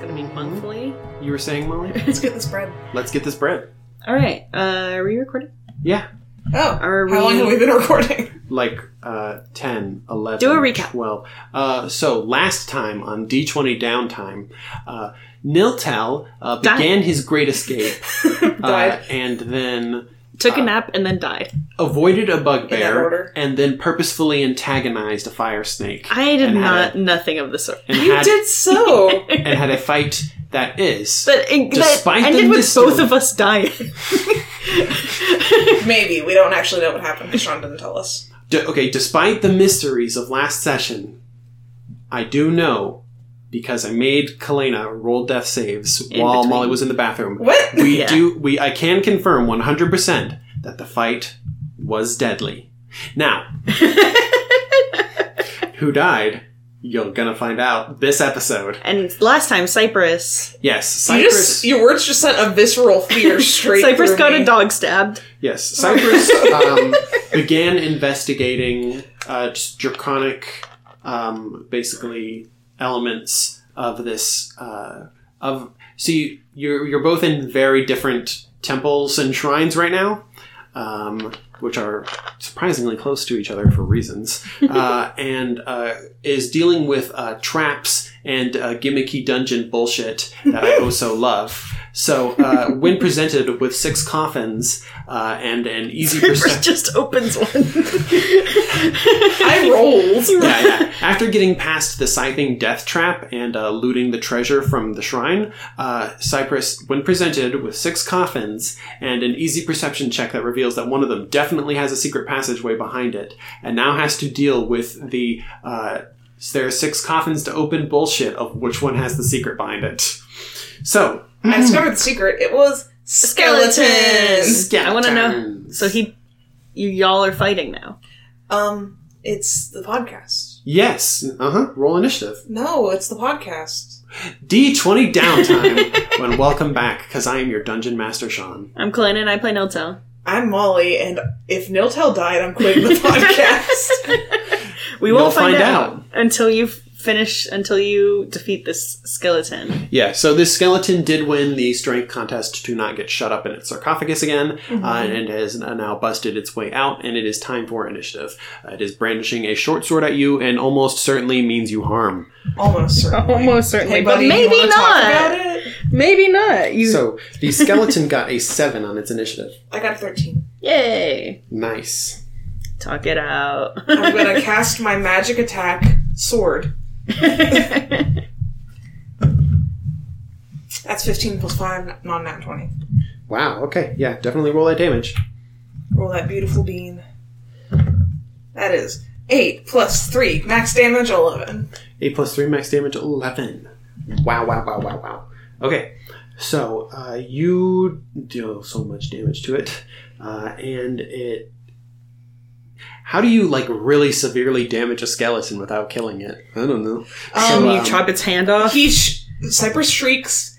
gonna be monthly. You were saying, Molly? Let's get this bread. Let's get this bread. All right. Uh, are we recording? Yeah. Oh. Are we... How long have we been recording? Like uh, 10, 11, Do a recap. 12. Uh, so last time on D20 Downtime, uh, Niltal uh, Died. began his great escape uh, Died. and then Took a Uh, nap and then died. avoided a In that bugbear order. and then purposefully antagonized a fire snake. I did and had not. a- Nothing of the sort. and you had, did so. And had a fight that is. But it, that Despite the ended with mystery. both of us dying. Maybe. We don't actually know what happened because Sean didn't tell us. D- okay, despite the mysteries of last session, I do know because I made Kalena roll death saves In while between. Molly was in the bathroom. What? We Yeah. do we I can confirm 100% that the fight was deadly. Now, who died? You're gonna find out this episode. and last time, Cypress. Yes, You Cypress. just, your words just sent a visceral fear straight Cypress through got me. a dog stabbed. Yes, Cypress um, began investigating uh, just draconic, um, basically elements of this. Uh, of so you, you're you're both in very different temples and shrines right now, um, which are surprisingly close to each other for reasons, uh, and uh, is dealing with uh, traps and uh, gimmicky dungeon bullshit that I also love. So uh, when presented with six coffins uh, and an easy Cypress perception. just opens one. I rolled. yeah, yeah. After getting past the scything death trap and uh, looting the treasure from the shrine, uh, Cypress, when presented with six coffins and an easy perception check that reveals that one of them definitely has a secret passageway behind it, and now has to deal with the uh, there are six coffins to open bullshit of which one has the secret behind it. So, Mm. I discovered the secret. It was skeletons. I want to know. skeletons. So he, you y'all are fighting now. Um, it's the podcast. Yes. Uh huh. Roll initiative. No, it's the podcast. D20 downtime. when welcome back, because I am your dungeon master, Sean. I'm Kalina and I play Niltel. I'm Molly, and if Niltel died, I'm quitting the podcast. We You'll won't find, find out, out. until you finish until you defeat this skeleton. Yeah, so this skeleton did win the strength contest to not get shut up in its sarcophagus again, uh, and has now busted its way out, and it is time for initiative. Uh, it is brandishing a short sword at you, and almost certainly means you harm. Almost certainly. certainly, Hey, buddy, you but maybe wanna Talk about not. it? Maybe not. You So the skeleton got a 7 on its initiative. I got 13. yay. Nice. Talk it out. I'm gonna cast my magic attack sword. That's 15 plus 5, non nat 20. Wow, okay, yeah, definitely roll that damage. Roll that beautiful bean. That is 8 plus 3, max damage 11. 8 plus 3 max damage 11 wow wow wow wow wow okay so uh, you deal so much damage to it uh, and it how do you like really severely damage a skeleton without killing it i don't know Um, you chop its hand off. He sh- Cypress shrieks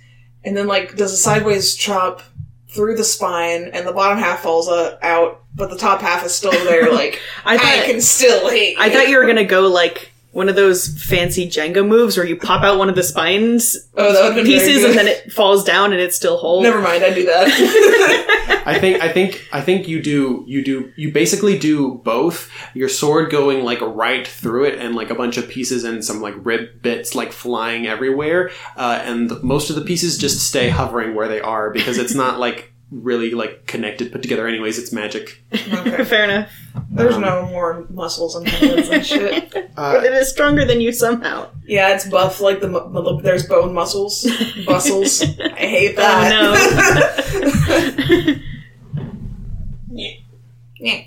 and then, like, does a sideways chop through the spine, and the bottom half falls uh, out, but the top half is still there, like, I I, thought I, can still hate. thought you were gonna go like one of those fancy Jenga moves where you pop out one of the spines Oh, that would've been very pieces good. and then it falls down and it's still whole. Never mind, I do that. I think I think I think you do you do you basically do both. Your sword going like right through it, and like a bunch of pieces and some like rib bits like flying everywhere, uh, and most of the pieces just stay hovering where they are because it's not like really like connected put together. Anyways, it's magic. okay. Fair enough. There's no more muscles and tendons and shit. Uh, But it is stronger than you somehow. Yeah, it's buff like the, mu- mu- there's bone muscles, muscles. I hate that. Yeah.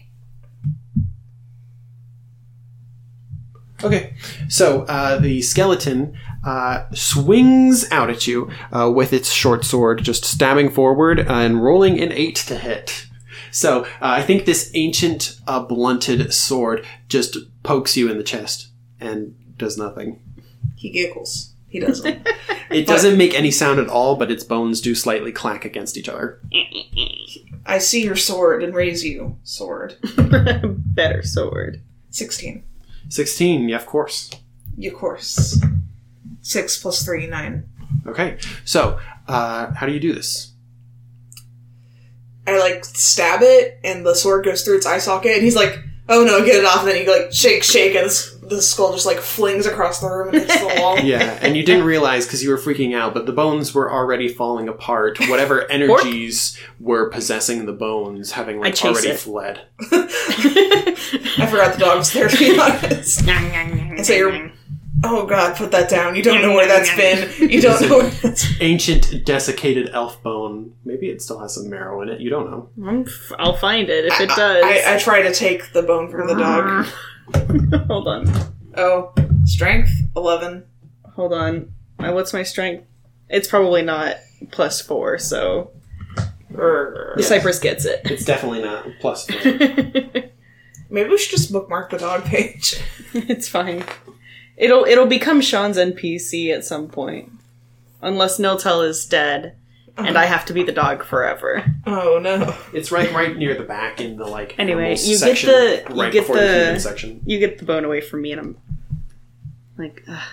Okay, so uh, the skeleton uh, swings out at you uh, with its short sword, just stabbing forward and rolling an eight to hit. So uh, I think this ancient uh, blunted sword just pokes you in the chest and does nothing. He giggles. He doesn't. It doesn't make any sound at all, but its bones do slightly clack against each other. I see your sword and raise you, sword. Better sword. 16. Sixteen, yeah, of course. Of course. 6 plus 3, 9. Okay, so uh, how do you do this? I like stab it, and the sword goes through its eye socket, and he's like, "Oh no, get it off!" And then he like shake, shake, and this, the skull just like flings across the room and hits the wall. Yeah, and you didn't realize because you were freaking out, but the bones were already falling apart. Whatever energies were possessing the bones, having like chase already it. fled. I forgot the dog was there to be honest. And so you're, oh god, put that down. You don't know where that's been. You don't know. Where that's Ancient desiccated elf bone. Maybe it still has some marrow in it. You don't know. I'm f- I'll find it if it does. I, I try to take the bone from the dog. Hold on. Oh, strength eleven. Hold on. My, what's my strength? It's probably not plus four, so Err. the Cypress gets it. It's definitely not plus. Maybe we should just bookmark the dog page. it's fine. It'll it'll become Sean's NPC at some point, unless Niltel is dead, and I have to be the dog forever. Oh no. it's right, right near the back in the like. Anyway, animals you get section, the- you right get before the- human section. You get the bone away from me, and I'm like, ugh.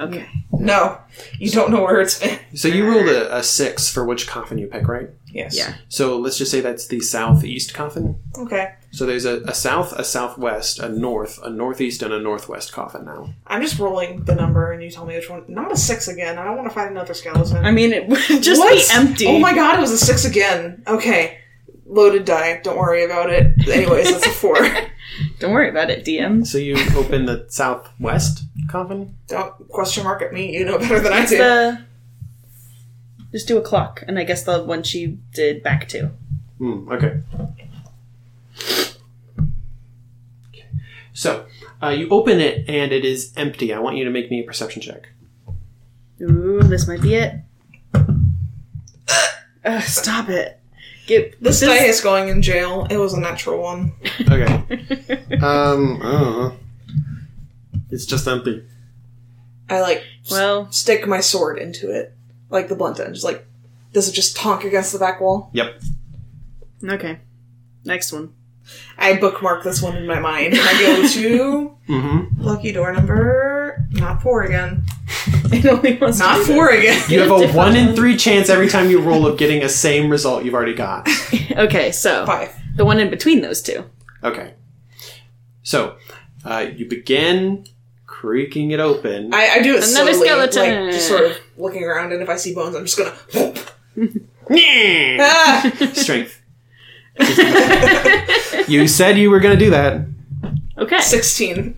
okay. No. You don't know where it's been. So you rolled a, a six for which coffin you pick, right? Yes. Yeah. So let's just say that's the southeast coffin. Okay. So there's a, a south, a southwest, a north, a northeast, and a northwest coffin now. I'm just rolling the number and you tell me which one. Not a six again. I don't want to find another skeleton. I mean, it would just What? be empty. Oh my god, it was a six again. Okay. Loaded die. Don't worry about it. Anyways, that's a four. Don't worry about it, DMs. So you open the southwest coffin. don't question mark at me. You know better than I do. The just do a clock, and I guess the one she did back to. Hmm, okay. Okay. So uh, you open it and it is empty. I want you to make me a perception check. Ooh, this might be it. Ugh, stop it. Get this die is going in jail. It was a natural one. Okay. um. I don't know. It's just empty. I like Well, stick my sword into it, like the blunt end. Just like, does it just tonk against the back wall? Yep. okay. Next one. I bookmark this one in my mind. I go to Mm-hmm. lucky door number not four again. It only wants to Not do four again. You have a a different one in one. three chance every time you roll of getting a same result you've already got. that. Okay, so Five. the one in between those two. Okay. So, uh, you begin creaking it open. I, I do it Another slowly, skeleton. like just sort of looking around, and if I see bones, I'm just gonna. whoop. Nyeh! Ah! Strength. you said you were going to do that. Okay. Sixteen.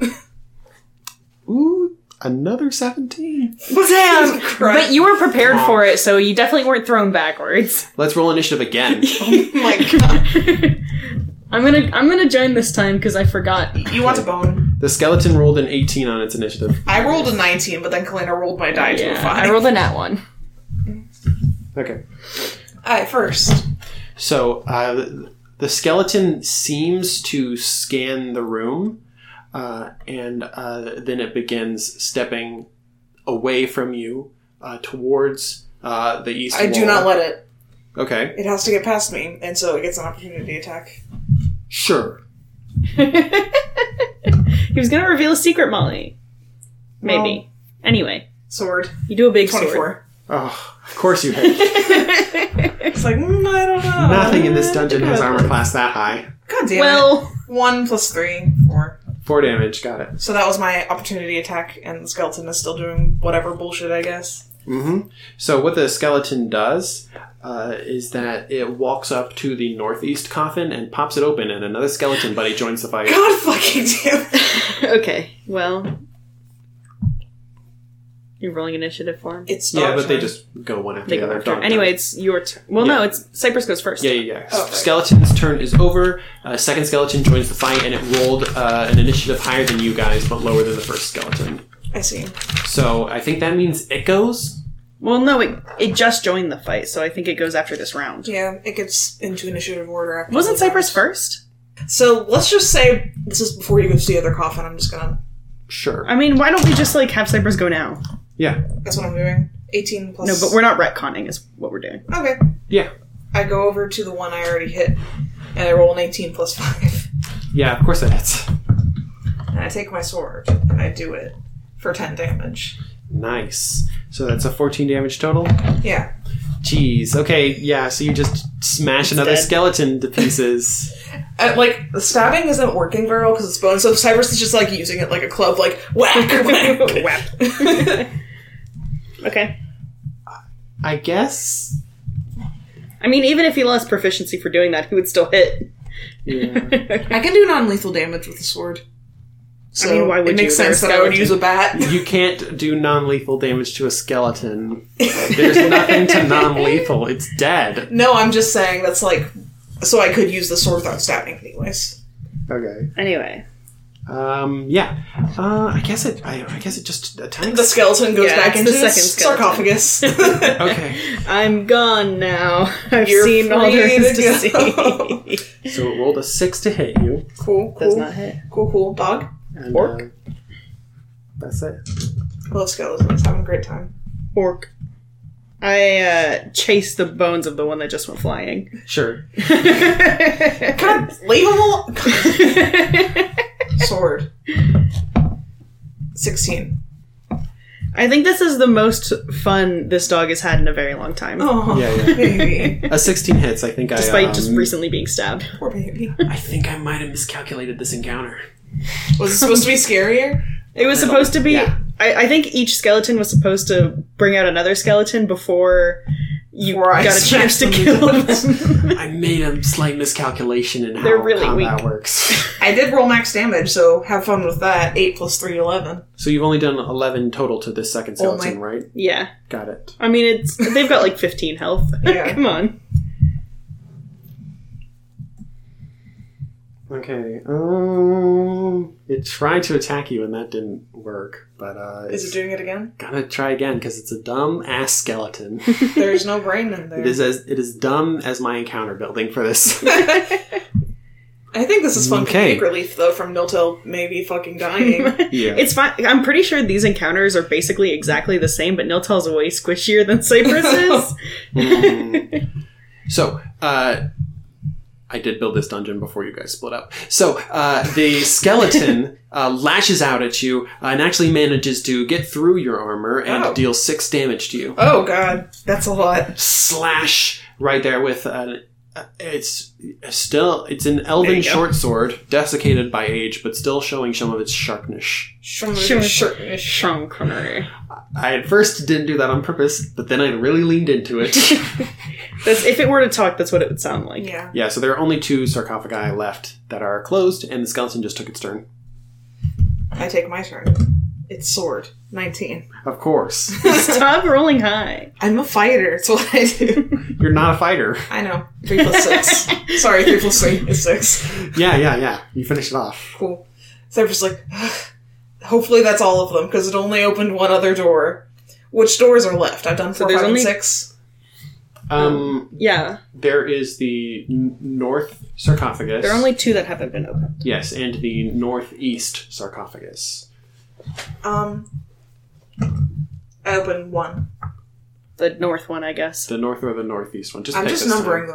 Ooh, another 17. Damn. But you were prepared for it, so you definitely weren't thrown backwards. Let's roll initiative again. oh my god. I'm gonna I'm gonna join this time because I forgot. You want a bone? the skeleton rolled an 18 on its initiative. I rolled a nineteen, but then Kalina rolled my die to a Yeah, five. I rolled a nat one. Okay. I first. So, uh, the skeleton seems to scan the room, uh, and uh, then it begins stepping away from you uh, towards uh, the east I do wall. not let it. Okay. It has to get past me, and so it gets an opportunity attack. Sure. He was gonna reveal a secret, Molly. Maybe. anyway, Sword. you do a big sword. Twenty-four. Oh, of course you hit. It's like mm, I don't know. Nothing in this dungeon has armor class that high. God damn it. Well, One plus three, four. Four damage. Got it. So that was my opportunity attack, and the skeleton is still doing whatever bullshit, I guess. Mm-hmm. So what the skeleton does uh, is that it walks up to the northeast coffin and pops it open, and another skeleton buddy joins the fight. God fucking damn it. okay. Well, you're rolling initiative for him. It's Yeah, dog but they turn. just go one after They the go other. after. Don't- Anyway, it's your turn. Well, no, Yeah. it's Cypress goes first. Yeah, yeah, yeah. Oh, right. Skeleton's turn is over. Uh, second skeleton joins the fight, and it rolled uh, an initiative higher than you guys, but lower than the first skeleton. I see. So I think that means it goes. Well, no, it it just joined the fight, so I think it goes after this round. Yeah, it gets into initiative order. After Wasn't the- Cypress first? So let's just say this is before you go to the other coffin. I'm just gonna. Sure. I mean, why don't we just like have Cypress go now? Yeah. That's what I'm doing. 18 plus. No, but we're not retconning, is what we're doing. Okay. Yeah. I go over to the one I already hit, and I roll an 18 plus 5. Yeah. Of course it hits. And I take my sword, and I do it for 10 damage. Nice. So that's a 14 damage total. Yeah. Jeez. Okay. Yeah. So you just smash another dead. skeleton to pieces. And, Uh, like, the stabbing isn't working very well because it's bone, so Cyrus is just, like, using it like a club, like, whack, whack. Whap. okay. I guess. I mean, even if he lost proficiency for doing that, he would still hit. Yeah. I can do non lethal damage with a sword. So mean, why would it makes you? They're sense that I would skeleton. use a bat. you can't do non-lethal damage to a skeleton. There's nothing to non-lethal. It's dead. No, I'm just saying that's like. So I could use the sword without stabbing, anyways. Okay. Anyway, Um. Yeah. Uh. I guess it. I, I guess it just attacks. The skeleton goes Yeah, back it's into the the second sarcophagus. Okay. I'm gone now. I've You're seen all there free is to to, go. see. So it rolled a six to hit you. cool, cool, Does not hit. cool, cool. Dog, And, Orc. uh, that's it. I love skeletons. Having a great time. Orc. I uh, chase the bones of the one that just went flying. Sure. Kind of leave them alone. sword. Sixteen. I think this is the most fun this dog has had in a very long time, Oh, Yeah, yeah. baby, A sixteen hits. I think I. despite um, just recently being stabbed. poor baby. I think I might have miscalculated this encounter. Was it supposed to be scarier? It was supposed to be. Yeah. I, I think each skeleton was supposed to bring out another skeleton before you Before I got a chance to smashed kill them. them. I made a slight miscalculation in how They're really combat weak. works. I did roll max damage, so have fun with that. Eight plus three, eleven. So you've only done eleven total to this second Oh my- skeleton, right? yeah, Got it. I mean it's they've got like 15 health. Yeah. Come on. Okay. Um, it tried to attack you, and that didn't work. But uh, Is it doing it again? Gotta try again because it's a dumb ass skeleton. There's no brain in there. it is as it is dumb as my encounter building for this. I think this is fun Okay. comedic relief, though, from Niltil maybe fucking dying. yeah. It's fine. I'm pretty sure these encounters are basically exactly the same, but Niltel's way squishier than Cypress is. Mm. so, uh, I did build this dungeon before you guys split up. So, uh, the skeleton uh, lashes out at you uh, and actually manages to get through your armor and Oh. deal six damage to you. oh, God. That's a lot. Slash right there with an. Uh, it's still it's an elven There you go. short sword, desiccated by age, but still showing some of its sharpness. Sure. Sure. Sure. Sean Connery. I at first didn't do that on purpose, but then I really leaned into it. That's, if it were to talk, that's what it would sound like. Yeah. yeah, so there are only two sarcophagi left that are closed, and the skeleton just took its turn. I take my turn. It's sword. 19. Of course. Stop rolling high. I'm a fighter. It's what I do. You're not a fighter. I know. 3 plus 6. Sorry, 3 plus 3 is 6. Yeah, yeah, yeah. You finish it off. Cool. So I'm just like, "Ugh." hopefully that's all of them, because it only opened one other door. Which doors are left? I've done 4, there's 5, only- and 6. Um, Yeah, there is the n- north sarcophagus. there are only two that haven't been opened. Yes, and the northeast sarcophagus. Um, I open one. The north one, I guess. The north or the northeast one. Just I'm pick just this time. numbering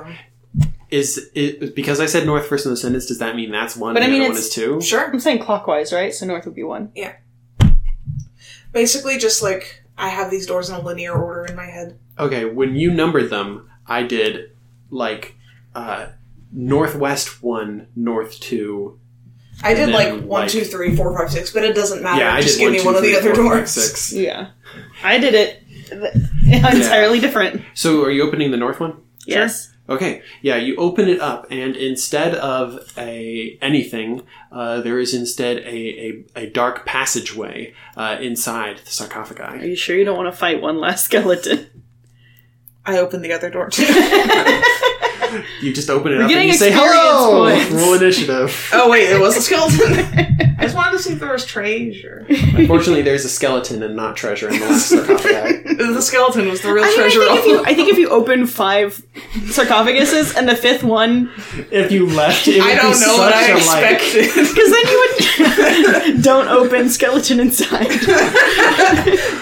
them. Is it because I said north first in the sentence? Does that mean that's one? But I and mean, the other one it's- is two. Sure. I'm saying clockwise, right? So north would be one. Basically, just like I have these doors in a linear order in my head. Okay, when you numbered them, I did like uh, northwest one, north two. I And did then, like one, like- two, three, four, five, six, but it doesn't matter. yeah, I just did one, give me two, one of the three, other four, five, doors. six. Yeah, I did it entirely different. So, are you opening the north one? Yes, Okay, yeah, you open it up, and instead of a anything, uh, there is instead a, a, a dark passageway uh, inside the are sarcophagi. you sure you don't want to fight one last skeleton? I opened the other door too. You just open it We're up and getting you say hello. experience points. Roll initiative. oh wait, it was a skeleton. I just wanted to see if there was treasure. Unfortunately, there's a skeleton and not treasure in the last sarcophagi. the skeleton was the real I, mean, I treasure. think if all you, I think if you open five sarcophaguses and the fifth one, If you left, it would I be don't know what such I a, like, expected. because then you would don't open skeleton inside.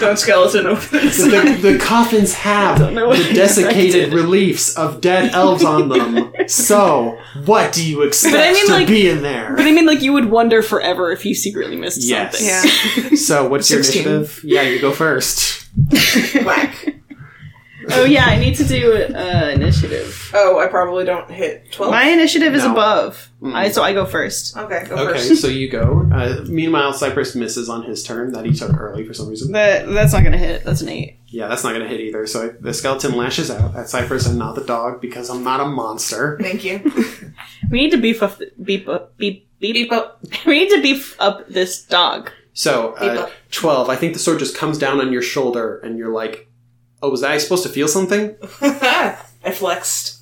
don't skeleton open. this. the, the coffins have know what the I desiccated expected. reliefs of dead elves on them. So, what do you expect But I mean, to like- be in there? But I mean, like you would wonder forever if you secretly missed Yes. something. Yeah. So, what's your 16. initiative? Yeah, you go first. Oh yeah, I need to do uh, initiative. Oh, I probably don't hit 12. My initiative is No. above, Mm. I, so I go first. okay, go Okay, first. so you go. Uh, meanwhile, Cypress misses on his turn that he took early for some reason. That that's not gonna hit. That's an eight. Yeah, that's not going to hit either. So the skeleton lashes out at Cypress and not the dog because I'm not a monster. Thank you. We need to beef up, beep up, beep beep. Beep up. We need to beef up this dog. So Beep uh, up. twelve. I think the sword just comes down on your shoulder and you're like, "Oh, was I supposed to feel something?" I flexed.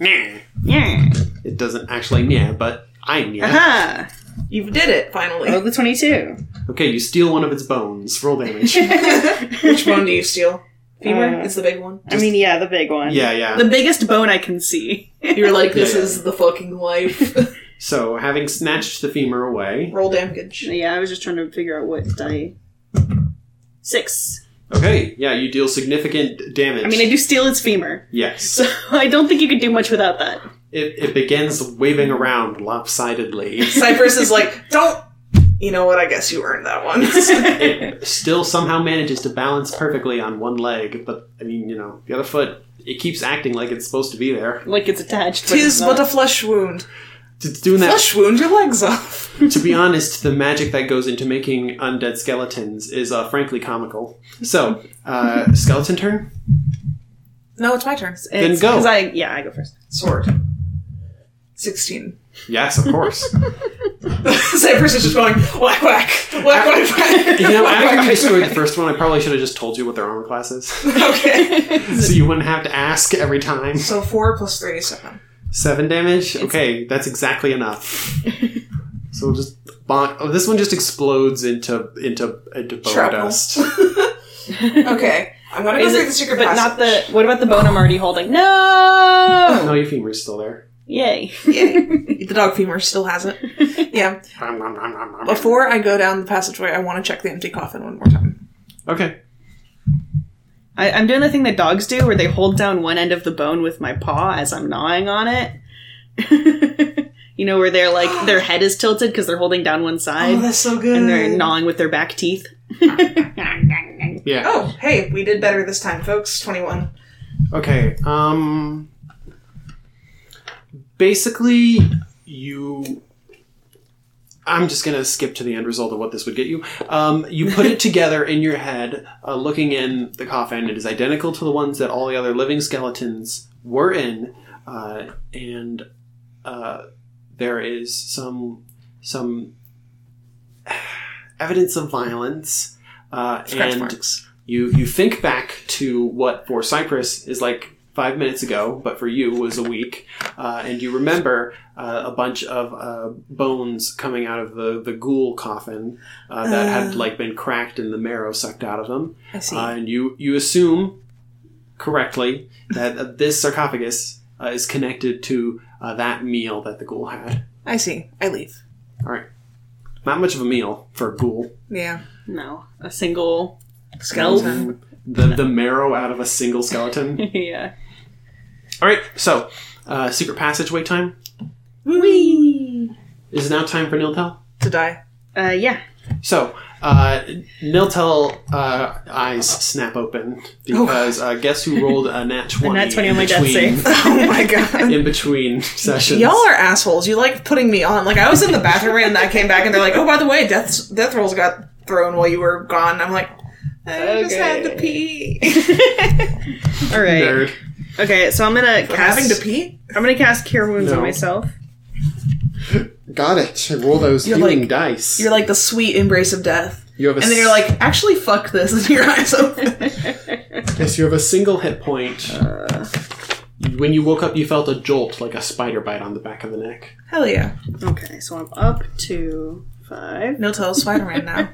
Nah. Yeah. It doesn't actually. Yeah, but I am. Uh-huh. Yeah. Aha. You did it, finally. Roll the twenty-two. Okay, you steal one of its bones. Roll damage. Which one do you steal? Femur? Uh, it's the big one. I mean, yeah, the big one. yeah, yeah. The biggest bone I can see. You're like, this Yeah. is the fucking life. So, having snatched the femur away, Roll damage. yeah, I was just trying to figure out what die. Six. okay, yeah, you deal significant damage. I mean, I do steal its femur, yes, so I don't think you could do much without that. it, it begins waving around lopsidedly. Cypress is like, don't. You know what? I guess you earned that one. it still somehow manages to balance perfectly on one leg, but I mean, you know, the other foot. It keeps acting like it's supposed to be there. Like it's attached. But Tis it's but not. a flesh wound. It's doing that Flesh wound your legs off. to be honest, the magic that goes into making undead skeletons is uh, frankly comical. So, uh, skeleton turn. No, it's my turn. Then It's- go. 'cause I yeah, I go first. Sword. 16. Yes, of course. Cypress is just going, whack, whack, whack, whack, whack. you know, whack, after I whack, scored the first one, I probably should have just told you what their armor class is, whack. Okay. so you wouldn't have to ask every time. So 4 plus 3 is 7. Seven damage. Okay, that's exactly enough. So we'll just bonk. Oh, this one just explodes into into into bone Shrapnel. dust. Okay. I'm gonna go Is through it- the secret but not passage. the. What about the bone I'm already holding? No. No, your femur's still there. Yay. Yay. the dog femur still has it. Yeah. Nom, nom, nom, nom, nom. Before I go down the passageway, I want to check the empty coffin one more time. Okay. I, I'm doing the thing that dogs do, where they hold down one end of the bone with my paw as I'm gnawing on it. you know, where they're like their head is tilted because they're holding down one Oh, side that's so good. and they're gnawing with their back teeth. Yeah. Oh, hey, we did better this time, folks. 21. Okay. Um. Basically, you. I'm just gonna skip to the end result of what this would get you. Um, you put it together in your head, uh, looking in the coffin. It is identical to the ones that all the other living skeletons were in, uh, and uh, there is some some evidence of violence uh, Scratch and marks. you you think back to what for Cypress is like five minutes ago, but for you was a week, uh, and you remember uh, a bunch of uh, bones coming out of the the ghoul coffin uh, that had Uh. like been cracked and the marrow sucked out of them, I see. uh, and you you assume correctly that uh, this sarcophagus uh, is connected to uh, that meal that the ghoul had. I see. I leave. All right, not much of a meal for a ghoul. Yeah. No, a single skeleton. The, the marrow out of a single skeleton yeah. All right, so uh, secret passageway time Wee. It is now time for Niltel. To die. Uh, yeah. So uh, Niltel uh, eyes snap open because uh, guess who rolled a nat twenty? nat 20 on in my death between- save. Oh my god. In between sessions, Y'all are assholes. You like putting me on. Like I was in the bathroom and I came back and they're like, "Oh, by the way, death death rolls got thrown while you were gone." And I'm like, I just had to Okay. pee. All right. nerd. Okay, so I'm gonna cast. Having to pee? I'm gonna cast cure wounds No. on myself. Got it. Roll those You're healing like- dice. You're like the sweet embrace of death, you have a and then you're like, "Actually, fuck this," and your eyes open. yes, you have a single hit point. uh, when you woke up, you felt a jolt like a spider bite on the back of the neck. Hell yeah! Okay, so I'm up to five. No tell Spider Man now.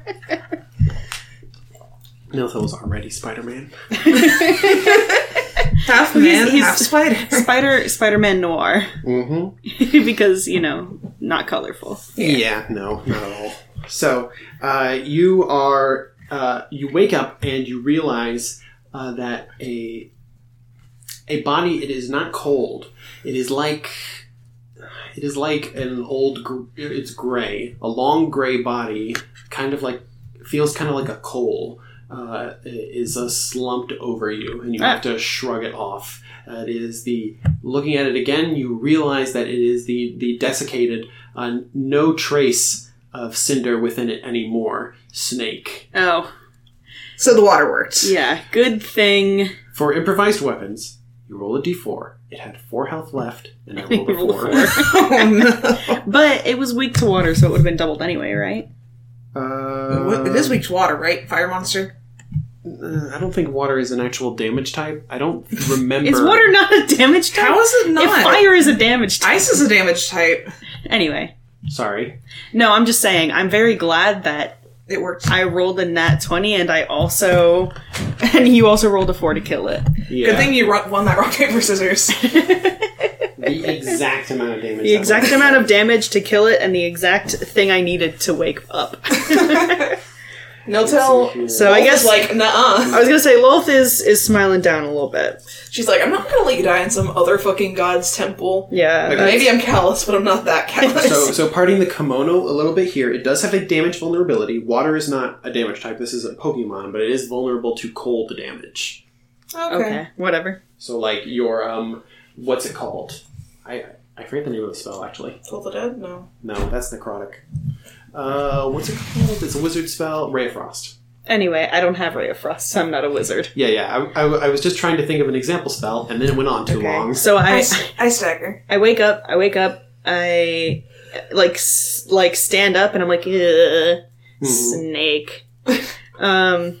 Niltel was already Spider Man. Half man, he's- half spider. Spider Spider Man Noir Mm-hmm. because you know not colorful. Yeah. no, not at all. So uh, you are uh, you wake up and you realize uh, that a a body it is not cold. It is like it is like an old. gr- It's gray, a long gray body, kind of like feels kind of like a coal. Uh, uh, is uh, slumped over you, and you have to shrug it off. Uh, it is the looking at it again. You realize that it is the the desiccated, uh, no trace of cinder within it anymore. Snake Oh, So the water worked. yeah. Good thing. for improvised weapons. You roll a d4. It had four health left, and I rolled a Roll a four. Oh, no. But it was weak to water, so it would have been doubled anyway, right? Uh, it is weak to water, right? Fire monster. Uh, I don't think water is an actual damage type. I don't remember. Is water not a damage type? How is it If not? fire is a damage type. Ice is a damage type. Anyway, Sorry. no, I'm just saying. I'm very glad that It worked. I rolled a nat twenty, and I also, and you also rolled a four to kill it. Yeah. Good thing you ru- won that rock paper scissors. The exact amount of damage. The exact amount of damage to kill it, and the exact thing I needed to wake up. No tell. So I guess, like, like nah. I was gonna say, Lolth is is smiling down a little bit. She's like, I'm not gonna let you die in some other fucking god's temple. Yeah, Okay. that's- Maybe I'm callous, but I'm not that callous. So, so parting the kimono a little bit here, it does have a damage vulnerability. Water is not a damage type. This is a Pokemon, but it is vulnerable to cold damage. okay. Whatever. So, like your um, what's it called? I I forget the name of the spell actually. Kill the dead? No. No, that's necrotic. Uh, what's it called? It's a wizard spell. Ray of Frost. Anyway, I don't have Ray of Frost. So I'm not a wizard. Yeah, yeah. I, I- I was just trying to think of an example spell, and then it went on too long. So I Ice, ice dagger. I wake up. I wake up. I like s- like stand up, and I'm like, "Ugh, Mm-hmm. snake. Um,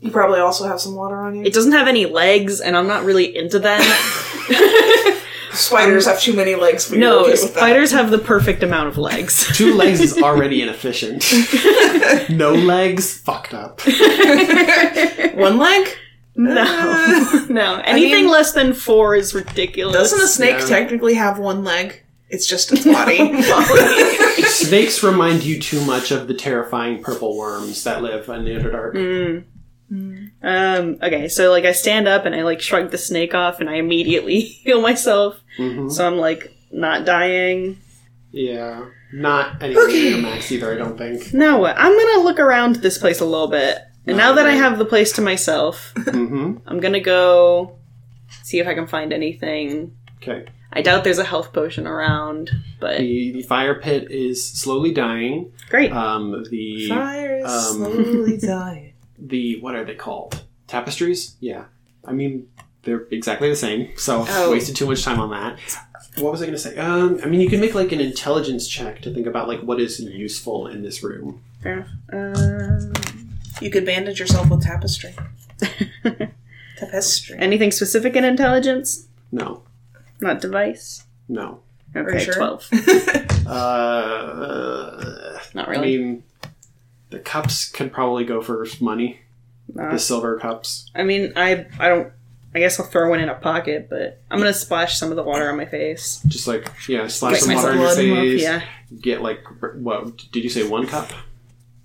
You probably also have some water on you. it doesn't have any legs, and I'm not really into that. Spiders have too many legs. But you're no, okay with that. spiders have the perfect amount of legs. Two legs is already inefficient. no legs, fucked up. One leg? No, no. Anything Uh. mean- less than four is ridiculous. Doesn't a snake No. technically have one leg? It's just its body. Snakes remind you too much of the terrifying purple worms that live in the Underdark. Um, okay, so like I stand up and I like shrug the snake off and I immediately heal myself. Mm-hmm. So I'm like not dying. Mm-hmm. Yeah, not anywhere near max either. I don't think. Now what? I'm gonna look around this place a little bit. And now that I have the place to myself, Mm-hmm. I'm gonna go see if I can find anything. Okay. I doubt there's a health potion around, but The, the fire pit is slowly dying. great. Um, the Fire is Um. slowly dying. the what are they called? Tapestries? Yeah. I mean, they're exactly the same. So Oh. wasted too much time on that. What was I going to say? Um, I mean, you can make like an intelligence check to think about like what is useful in this room. Fair enough. Um, You could bandage yourself with tapestry. tapestry. anything specific in intelligence? No, Not device? no. Okay, sure? 12. Uh, Not I really. mean, the cups can probably go for money. Nah. The silver cups. I mean, I I don't. I guess I'll throw one in a pocket, but I'm gonna splash some of the water on my face. Just like yeah, slash Get some water in your myself blood face. Yeah, Get like what? Did you say one cup?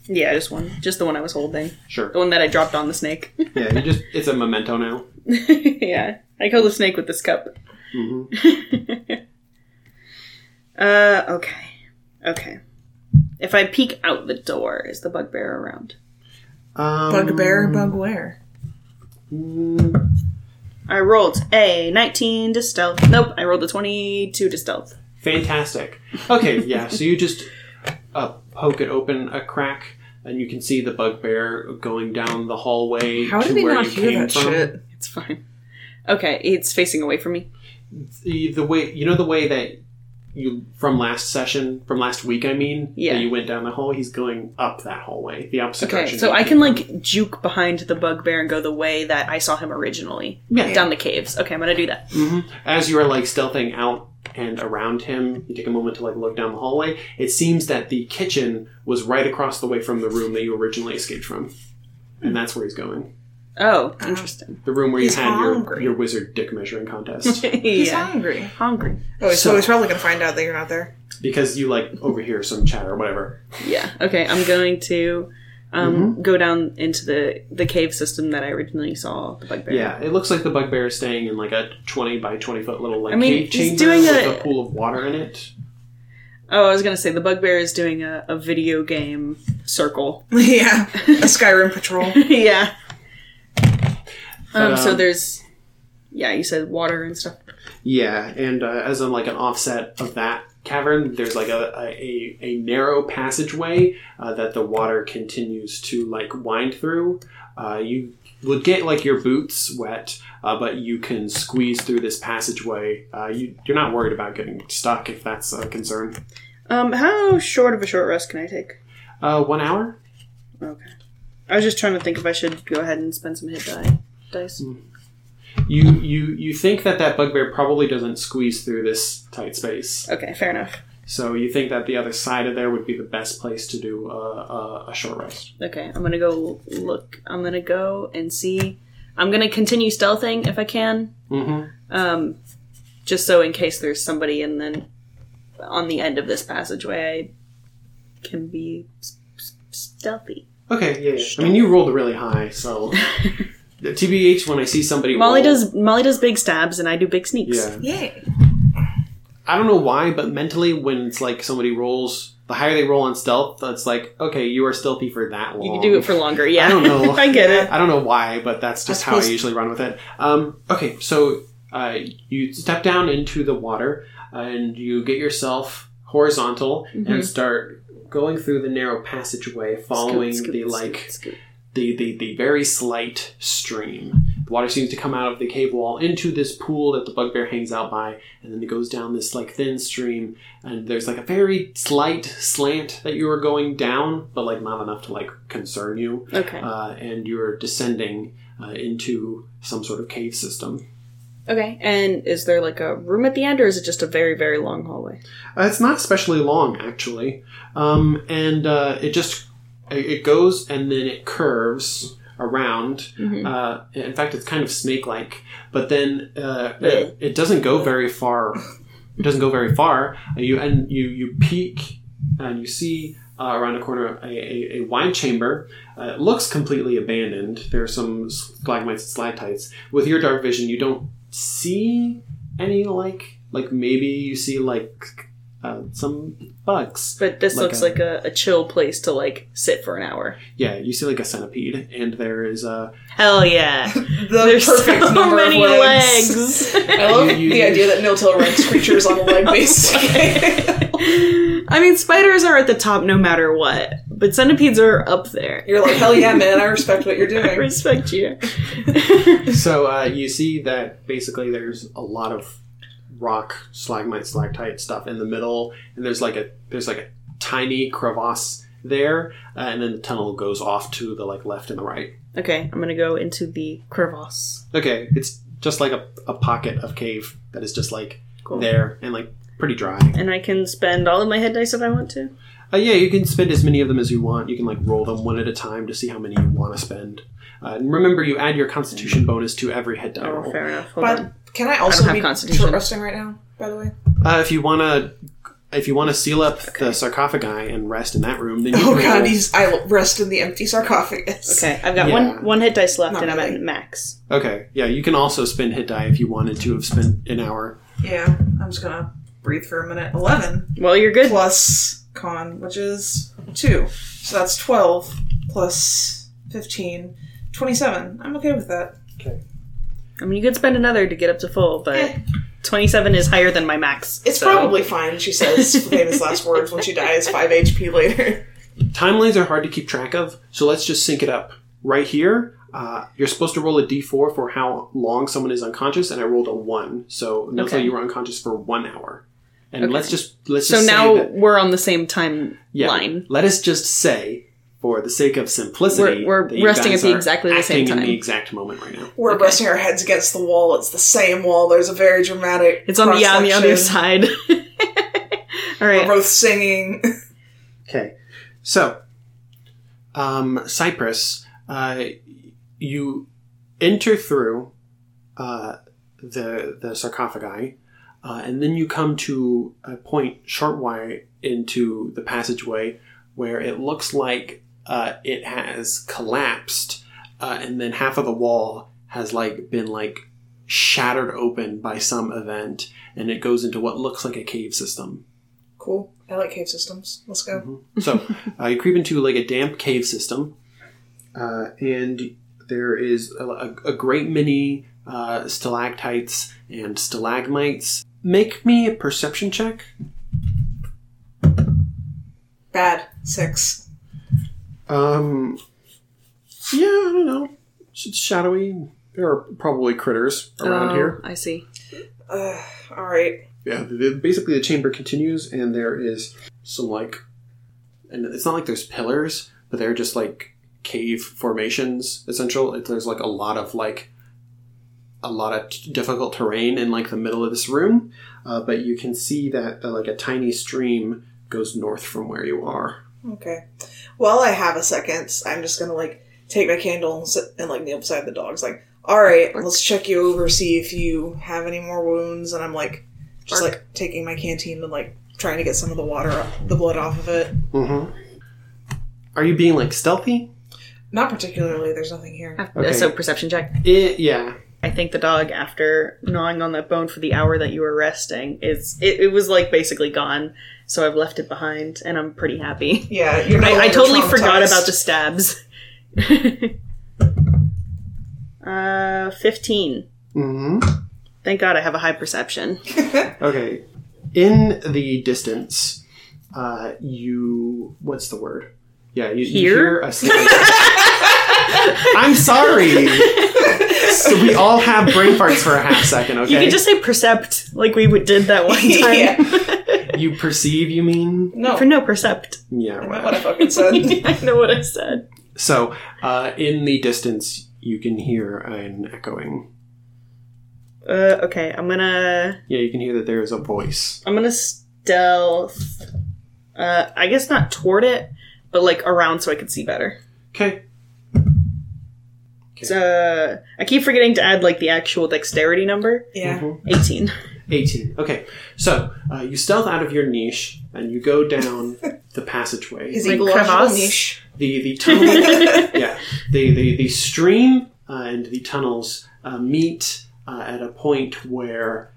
yeah, just one, just the one I was holding, Sure. the one that I dropped on the snake. Yeah, you just it's a memento now. yeah, I killed the snake with this cup. hmm Uh, okay, okay. If I peek out the door, is the bugbear around? Um, Bugbear, bugware. mm, I rolled a 19 to stealth. Nope, I rolled a 22 to stealth. Fantastic. Okay, yeah. So you just uh, poke it open a crack, and you can see the bugbear going down the hallway How to did we where not you hear came that from. shit? It's fine. Okay, it's facing away from me. The, the way you know the way that you from last session, from last week, I mean, Yeah. that you went down the hall. He's going up that hallway, the opposite Okay, direction. so you I came can from. like juke behind the bugbear and go the way that I saw him originally. Yeah. Down the caves. Okay, I'm gonna do that. as you are like stealthing out and around him, you take a moment to like look down the hallway. It seems that the kitchen was right across the way from the room that you originally escaped from, and that's where he's going. Oh, interesting. The room where He's you had your, hungry. your wizard dick measuring contest. He's yeah. hungry. Hungry. Oh, so, So- he's probably gonna find out that you're not there. because you like overhear some chatter or whatever. Yeah. Okay, I'm going to um, Mm-hmm. go down into the, the cave system that I originally saw the bugbear. Yeah, it looks like the bugbear is staying in like a 20 by 20 foot little like I mean, cave he's chamber doing with a- a pool of water in it. Oh, I was gonna say the bugbear is doing a, a video game circle. yeah, a Skyrim patrol. yeah. Um, But, so um, there's, yeah, you said water and stuff. Yeah, and uh, as on like an offset of that cavern, there's like a a, a, a narrow passageway uh, that the water continues to like wind through. Uh, you would get like your boots wet, uh, but you can squeeze through this passageway. Uh, you you're not worried about getting stuck if that's a concern. Um, how short of a short rest can I take? Uh, one hour. Okay. I was just trying to think if I should go ahead and spend some hit die dice. Mm. You you you think that that bugbear probably doesn't squeeze through this tight space. Okay, fair enough. So you think that the other side of there would be the best place to do a, a, a short rest. Okay, I'm gonna go look. I'm gonna go and see. I'm gonna continue stealthing if I can, Mm-hmm. um, just so in case there's somebody and then on the end of this passageway, I can be s- s- stealthy. Okay, yeah, yeah. I mean, you rolled really high, so The TBH when I see somebody. Molly roll- does Molly does big stabs and I do big sneaks. Yeah, Yay! I don't know why, but mentally, when it's like somebody rolls, the higher they roll on stealth, that's like okay, you are stealthy for that long. You can do it for longer. Yeah, I don't know. I get it. I don't know why, but that's just I how I suppose- usually run with it. Um, okay, so uh, you step down into the water uh, and you get yourself horizontal Mm-hmm. and start going through the narrow passageway, following Scoot, scoot, the scoot, like scoot. the, the, the very slight stream. The water seems to come out of the cave wall into this pool that the bugbear hangs out by, and then it goes down this like thin stream, and there's like a very slight slant that you are going down, but like not enough to like concern you. Okay. Uh, and you're descending uh, into some sort of cave system. Okay. And is there like a room at the end, or is it just a very, very long hallway? Uh, it's not especially long, actually, um, and uh, it just it it goes and then it curves around. Uh, in fact, it's kind of snake-like, but then uh, it, it doesn't go very far. It doesn't go very far. Uh, you and you you peek and you see. Uh, around the corner, a, a, a wine chamber. Uh, it looks completely abandoned. There are some stalagmites and stalactites. With your dark vision, you don't see any like like maybe you see like uh, some bugs. But this Like looks a- like a, a chill place to like sit for an hour. Yeah, you see like a centipede, and there is uh, a. Hell yeah! The There's perfect so number many of legs. I love You- you- the idea that Niltel ranks creatures on a leg basis. I mean, spiders are at the top no matter what, but centipedes are up there. you're like, hell yeah, man! I respect what you're I doing. respect you. so uh, you see that basically there's a lot of rock stalagmite stalactite stuff in the middle, and there's like a there's like a tiny crevasse there, uh, and then the tunnel goes off to the like left and the right. okay, I'm gonna go into the crevasse. Okay, it's just like a, a pocket of cave that is just like Cool. there and like pretty dry. And I can spend all of my head dice if I want to. Uh, yeah, you can spend as many of them as you want. You can like roll them one at a time to see how many you want to spend. Uh, and remember, you add your Constitution bonus to every head die Oh, roll. fair enough. Hold But on. can I also have be constitution. short resting right now? By the way, Uh, if you wanna, if you wanna seal up the sarcophagi and rest in that room, then you oh can god, roll- he's, I rest in the empty sarcophagus. Okay, I've got Yeah. one one hit dice left, Not and I'm really. at max. okay. Yeah, you can also spend hit die if you wanted to have spent an hour. Yeah, I'm just gonna breathe for a minute. Eleven Well, you're good. plus con, which is two, so that's twelve plus 15, 27. I'm okay with that. I mean, you could spend another to get up to full, but Eh. 27 is higher than my max. It's so- probably fine, she says. famous last words when she dies five HP later. Timelines are hard to keep track of, so let's just sync it up right here. Uh, you're supposed to roll a d4 for how long someone is unconscious, and I rolled a one, so Nilsa, Okay. you were unconscious for one hour. And Okay. let's just let's So just say now that- we're on the same time Yeah. line. Let us just say, for the sake of simplicity, We're- we're that you resting guys at the are exactly the same acting in time. the exact moment right now. We're resting our heads against the wall. It's the same wall. There's a very dramatic. It's on the, yeah, on the other cross-section. side. All We're right. both singing. Okay, so um, Cyprus, uh, you enter through uh, the the sarcophagi, uh, and then you come to a point short way into the passageway where it looks like uh, it has collapsed, uh, and then half of the wall has like been like shattered open by some event, and it goes into what looks like a cave system. Cool. I like cave systems. Let's go. So uh, you creep into like a damp cave system, uh, and there is a, a, a great many uh, stalactites and stalagmites. Make me a perception check. Bad. Six. Um, yeah, I don't know. It's shadowy. There are probably critters around Oh, here. I see. Uh, all right. yeah the, basically the chamber continues and there is some like and it's not like there's pillars but they're just like cave formations essential it, there's like a lot of like a lot of t- difficult terrain in like the middle of this room uh, but you can see that uh, like a tiny stream goes north from where you are Okay. While I have a second, I'm just gonna like take my candle and, sit, and like kneel beside the dogs. Like, all right, let's check you over, see if you have any more wounds. And I'm like, just Bark. like taking my canteen and like trying to get some of the water, the blood off of it. mm-hmm. are you being like stealthy Not particularly. There's nothing here. Okay. So perception check. it, yeah I think the dog, after gnawing on that bone for the hour that you were resting, is it, it was like basically gone. So I've left it behind, and I'm pretty happy. Yeah, you're. no I, I longer totally forgot traumatized. about the stabs. uh, fifteen. mm-hmm. Thank God I have a high perception. Okay. In the distance, uh, you. What's the word? Yeah, you, you Hear? hear a slight. I'm sorry. So we all have brain farts for a half second. Okay. You could just say percept, like we would- did that one time. You perceive. You mean? No, For no percept. Yeah. not Well. what I fucking said. I know what I said. So, uh, in the distance, you can hear an echoing. Uh, okay, I'm gonna Yeah, you can hear that there is a voice. I'm gonna stealth. Uh, I guess not toward it, but like around so I could see better. Okay. So uh, I keep forgetting to add like the actual dexterity number. yeah. Eighteen. 18. Mm-hmm. Okay. So, uh, you stealth out of your niche and you go down the passageway. His Like ecological crevasse? niche. the the tunnel, Mm-hmm. yeah, the the, the stream uh, and the tunnels uh, meet uh, at a point where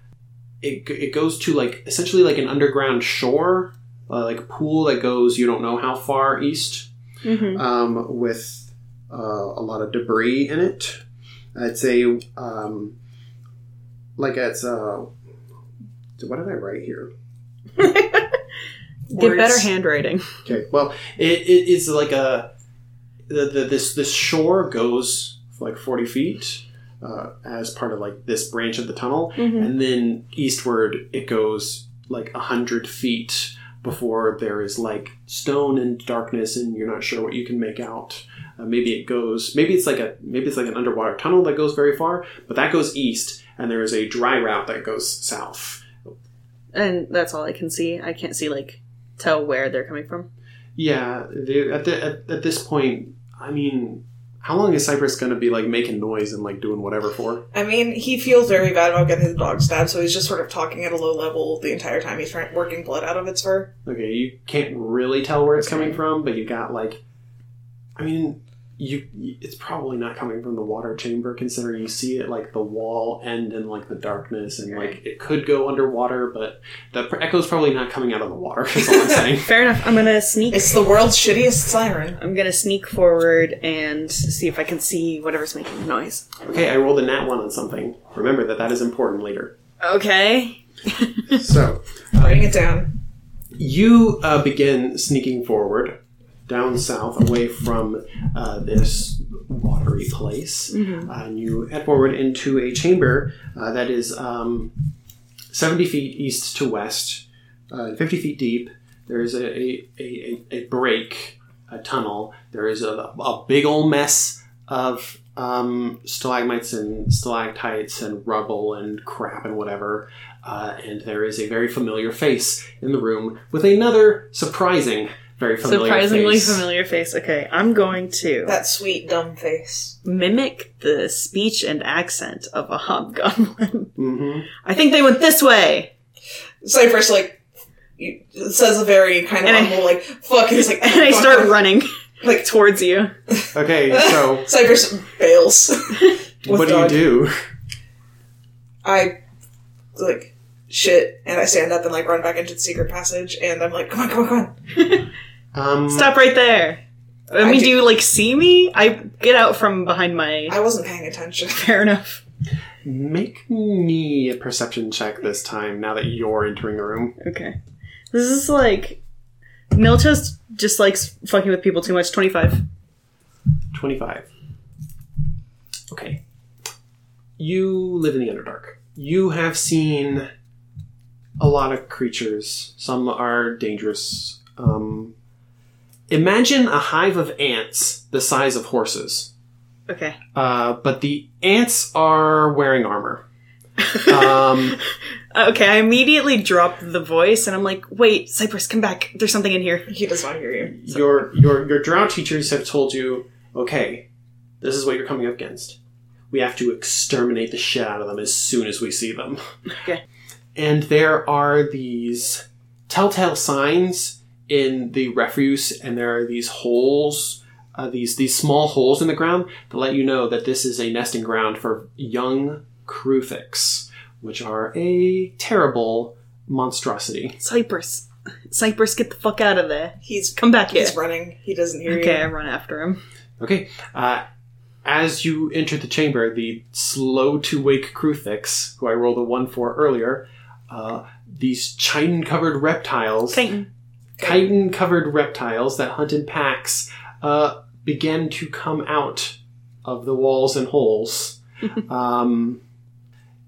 it, g- it goes to like essentially like an underground shore, uh, like a pool that goes you don't know how far east, Mhm. um, with uh, a lot of debris in it. It's a um, like it's uh, what did I write here? Get better Words. handwriting. Okay. Well, it, it is like a the, the this this shore goes like forty feet uh, as part of like this branch of the tunnel, Mm-hmm. Mm. and then eastward it goes like a hundred feet before there is like stone and darkness, and you're not sure what you can make out. Uh, maybe it goes. Maybe it's like a maybe it's like an underwater tunnel that goes very far, but that goes east, and there is a dry route that goes south. And that's all I can see. I can't see like tell where they're coming from. Yeah, the, at, the, at at this point, I mean, how long is Cypress gonna be like making noise and like doing whatever for? I mean, he feels very bad about getting his dog stabbed, so he's just sort of talking at a low level the entire time he's trying, working blood out of its fur. Okay, you can't really tell where it's coming from, but you got like, I mean, you it's probably not coming from the water chamber considering you see it like the wall end and like the darkness and like it could go underwater, but the pr- echo's probably not coming out of the water. Is all I'm saying. Fair enough. I'm gonna sneak. It's the world's shittiest siren. I'm gonna sneak forward and see if I can see whatever's making the noise. Okay, I rolled a nat one on something. Remember that that is important later. Okay. So Writing it down. You uh, begin sneaking forward down south, away from uh, this watery place, Uh, and you head forward into a chamber uh, that is um, seventy feet east to west, uh, fifty feet deep. There is a a, a, a break, a tunnel. There is a, a big old mess of um, stalagmites and stalactites and rubble and crap and whatever uh, and there is a very familiar face in the room with another surprising, very familiar Surprisingly face. familiar face. Okay, I'm going to That sweet, dumb face. mimic the speech and accent of a hobgoblin. Mhm. I think they went this way. Cypher's like, you- says a very kind of And I- humble, like, fuck, and he's like, And I fuck start off. running Like, towards you. Okay, so Cypher's bails. what do dog. you do? I, like, shit, and I stand up and like run back into the secret passage, and I'm like, come on, come on, come on. Um, Stop right there. I I mean, do- do you like see me? I get out from behind my. I wasn't paying attention. Fair enough. Make me a perception check this time. Now that you're entering the room, Okay. This is like. Nilchest just likes fucking with people too much. 25. twenty-five. Okay. You live in the Underdark. You have seen a lot of creatures. Some are dangerous. Um, imagine a hive of ants the size of horses. Okay. Uh, but the ants are wearing armor. Um, Uh, Okay, I immediately drop the voice and I'm like, wait, Cypress, come back. There's something in here. He does not hear you. your your your drow teachers have told you, okay, this is what you're coming up against. We have to exterminate the shit out of them as soon as we see them. Okay. And there are these telltale signs in the refuse, and there are these holes, uh, these these small holes in the ground that let you know that this is a nesting ground for young Krufix, which are a terrible monstrosity. Cypress. Cypress, get the fuck out of there. He's Come back here. he's running. He doesn't hear Okay, I you. run after him. Okay. Uh, as you enter the chamber, the slow to wake Kruthix, who I rolled a one for earlier, uh, these chitin covered reptiles, Satan. chitin covered reptiles that hunt in packs, uh, began to come out of the walls and holes. um,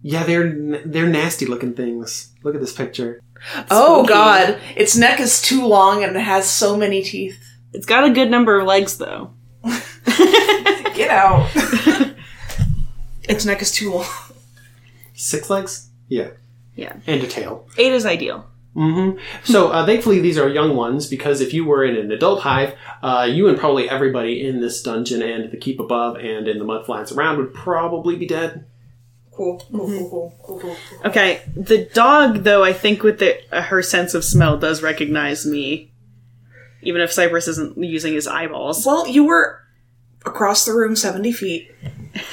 yeah, they're they're nasty looking things. Look at this picture. Oh, Oh God. God, its neck is too long and it has so many teeth. It's got a good number of legs, though. Get out. its neck is too long. Six legs. Yeah. Yeah. And a tail. Eight is ideal. hmm So uh, thankfully, these are young ones because if you were in an adult hive, uh, you and probably everybody in this dungeon and the keep above and in the mud flats around would probably be dead. Cool, cool, cool, cool, cool, cool, cool. Okay, the dog, though, I think with the, uh, her sense of smell does recognize me, even if Cypress isn't using his eyeballs. Well, you were across the room seventy feet.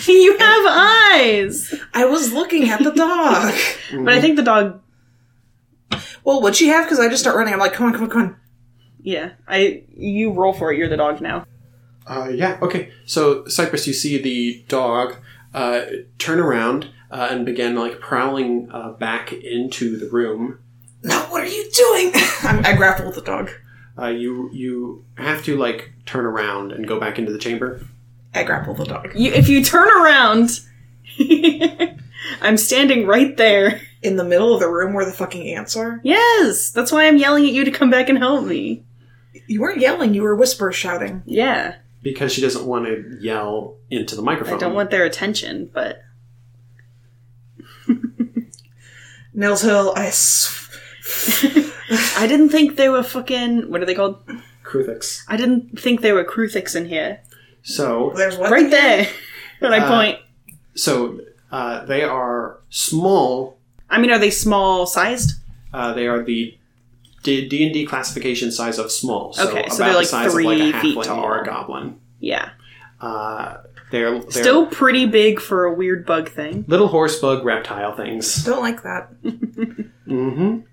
you have eyes! I was looking at the dog. But I think the dog well, what'd she have? Because I just start running. I'm like, come on, come on, come on. Yeah, I you roll for it. You're the dog now. Uh, yeah. Okay. So Cypress, you see the dog uh, turn around uh, and begin like prowling uh, back into the room. No, what are you doing? I'm, I grapple with the dog. Uh, you you have to like turn around and go back into the chamber. I grapple the dog You, if you turn around, I'm standing right there. in the middle of the room where the fucking ants are. Yes, that's why I'm yelling at you to come back and help me. You weren't yelling. You were whisper shouting. Yeah, Because she doesn't want to yell into the microphone. I don't want their attention, but Nils Hill, I. s- I didn't think they were fucking. What are they called? Kruthix. I didn't think they were Kruthix in here. So There's one Right there, when I Uh, point. So uh, they are small. I mean, are they small sized? Uh, they are the D and D classification size of small. So Okay, about so they're like the size of three like a feet halfling tall. or a goblin. Yeah, Uh, they're, they're still pretty big for a weird bug thing. little horse bug reptile things. Don't like that. hmm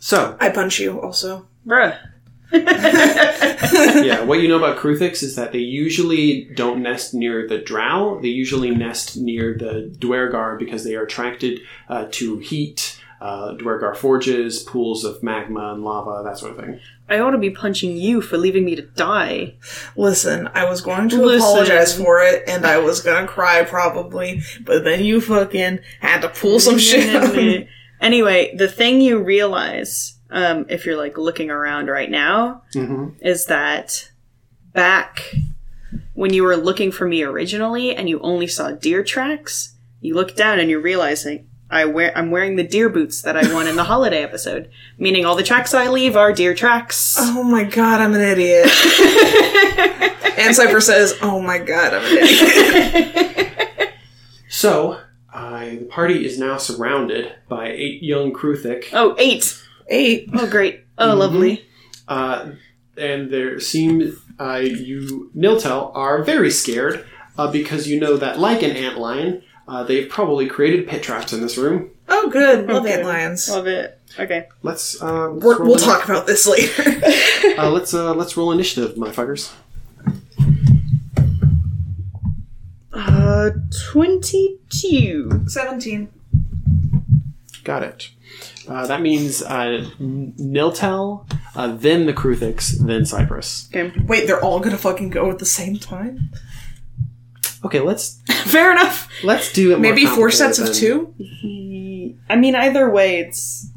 So I punch you also. Bruh. yeah, what you know about Kruthix is that they usually don't nest near the drow. They usually nest near the Dwergar because they are attracted uh, to heat. Uh, Dwergar forges, pools of magma and lava, that sort of thing. I ought to be punching you for leaving me to die. Listen, I was going to Listen. apologize for it, and I was gonna cry probably, but then you fucking had to pull some shit. out of me. anyway, the thing you realize, um, if you're like looking around right now, Mm-hmm. is that back when you were looking for me originally and you only saw deer tracks, you look down and you're realizing I wear I'm wearing the deer boots that I won in the holiday episode, meaning all the tracks I leave are deer tracks. Oh my god, I'm an idiot. and Cypher says, "Oh my god, I'm an idiot." So, uh, the party is now surrounded by eight young Kruthic, Oh, eight. Eight. Oh, great. Oh, Mm-hmm. lovely. uh, and there seem uh, you Niltel are very scared uh, because you know that, like an antlion, uh, they've probably created pit traps in this room. Oh Oh, good. Oh, Love Okay. ant lions. Love it. Okay. Let's. Uh, let's We're, roll we'll in- talk about this later. Uh, let's uh, let's roll initiative, motherfuckers. Uh, 22. 17. Got it. Uh, that means uh, N- Niltel, uh, then the Kruthix, then Cyprus. Okay. Wait, they're all gonna fucking go at the same time? Okay, let's Fair enough. let's do it. more Maybe four complicated sets of then. two? I mean, either way, it's.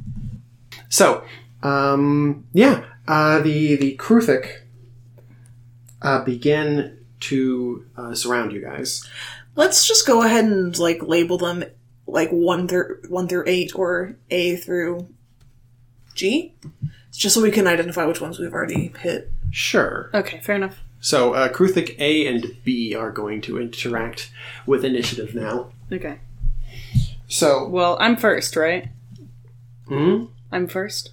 So, um, yeah, uh, the the Kruthic uh, begin to uh, surround you guys. Let's just go ahead and like label them like one through one through eight or A through G, just so we can identify which ones we've already hit. Sure. Okay, fair enough. So, uh, Kruthic A and B are going to interact with initiative now. Okay. So, Well, I'm first, right? Hmm? I'm first?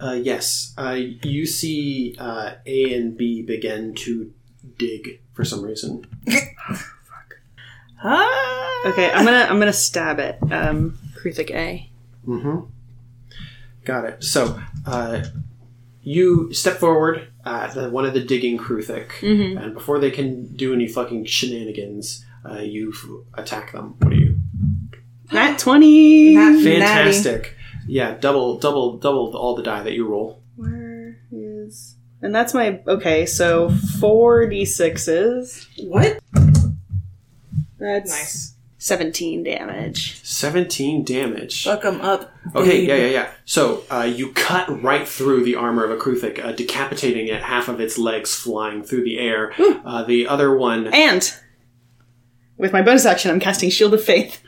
uh, yes, uh, you see uh, A and B begin to dig for some reason. Ah! Okay, I'm gonna I'm gonna stab at um Kruthic A. Mm-hmm. Got it. So uh, you step forward, uh, the, one of the digging Kruthic, and before they can do any fucking shenanigans, uh, you f- attack them. What are you? Nat twenty. Nat- Natty. Fantastic. Yeah, double, double, double all the die that you roll. Where is? And that's my okay. So four d sixes. What? That's Nice. Seventeen damage. Seventeen damage. Fuck them up. Okay, babe. yeah, yeah, yeah. So uh, you cut right through the armor of a Kruthic, uh, decapitating it, half of its legs flying through the air. Uh, the other one And with my bonus action, I'm casting Shield of Faith.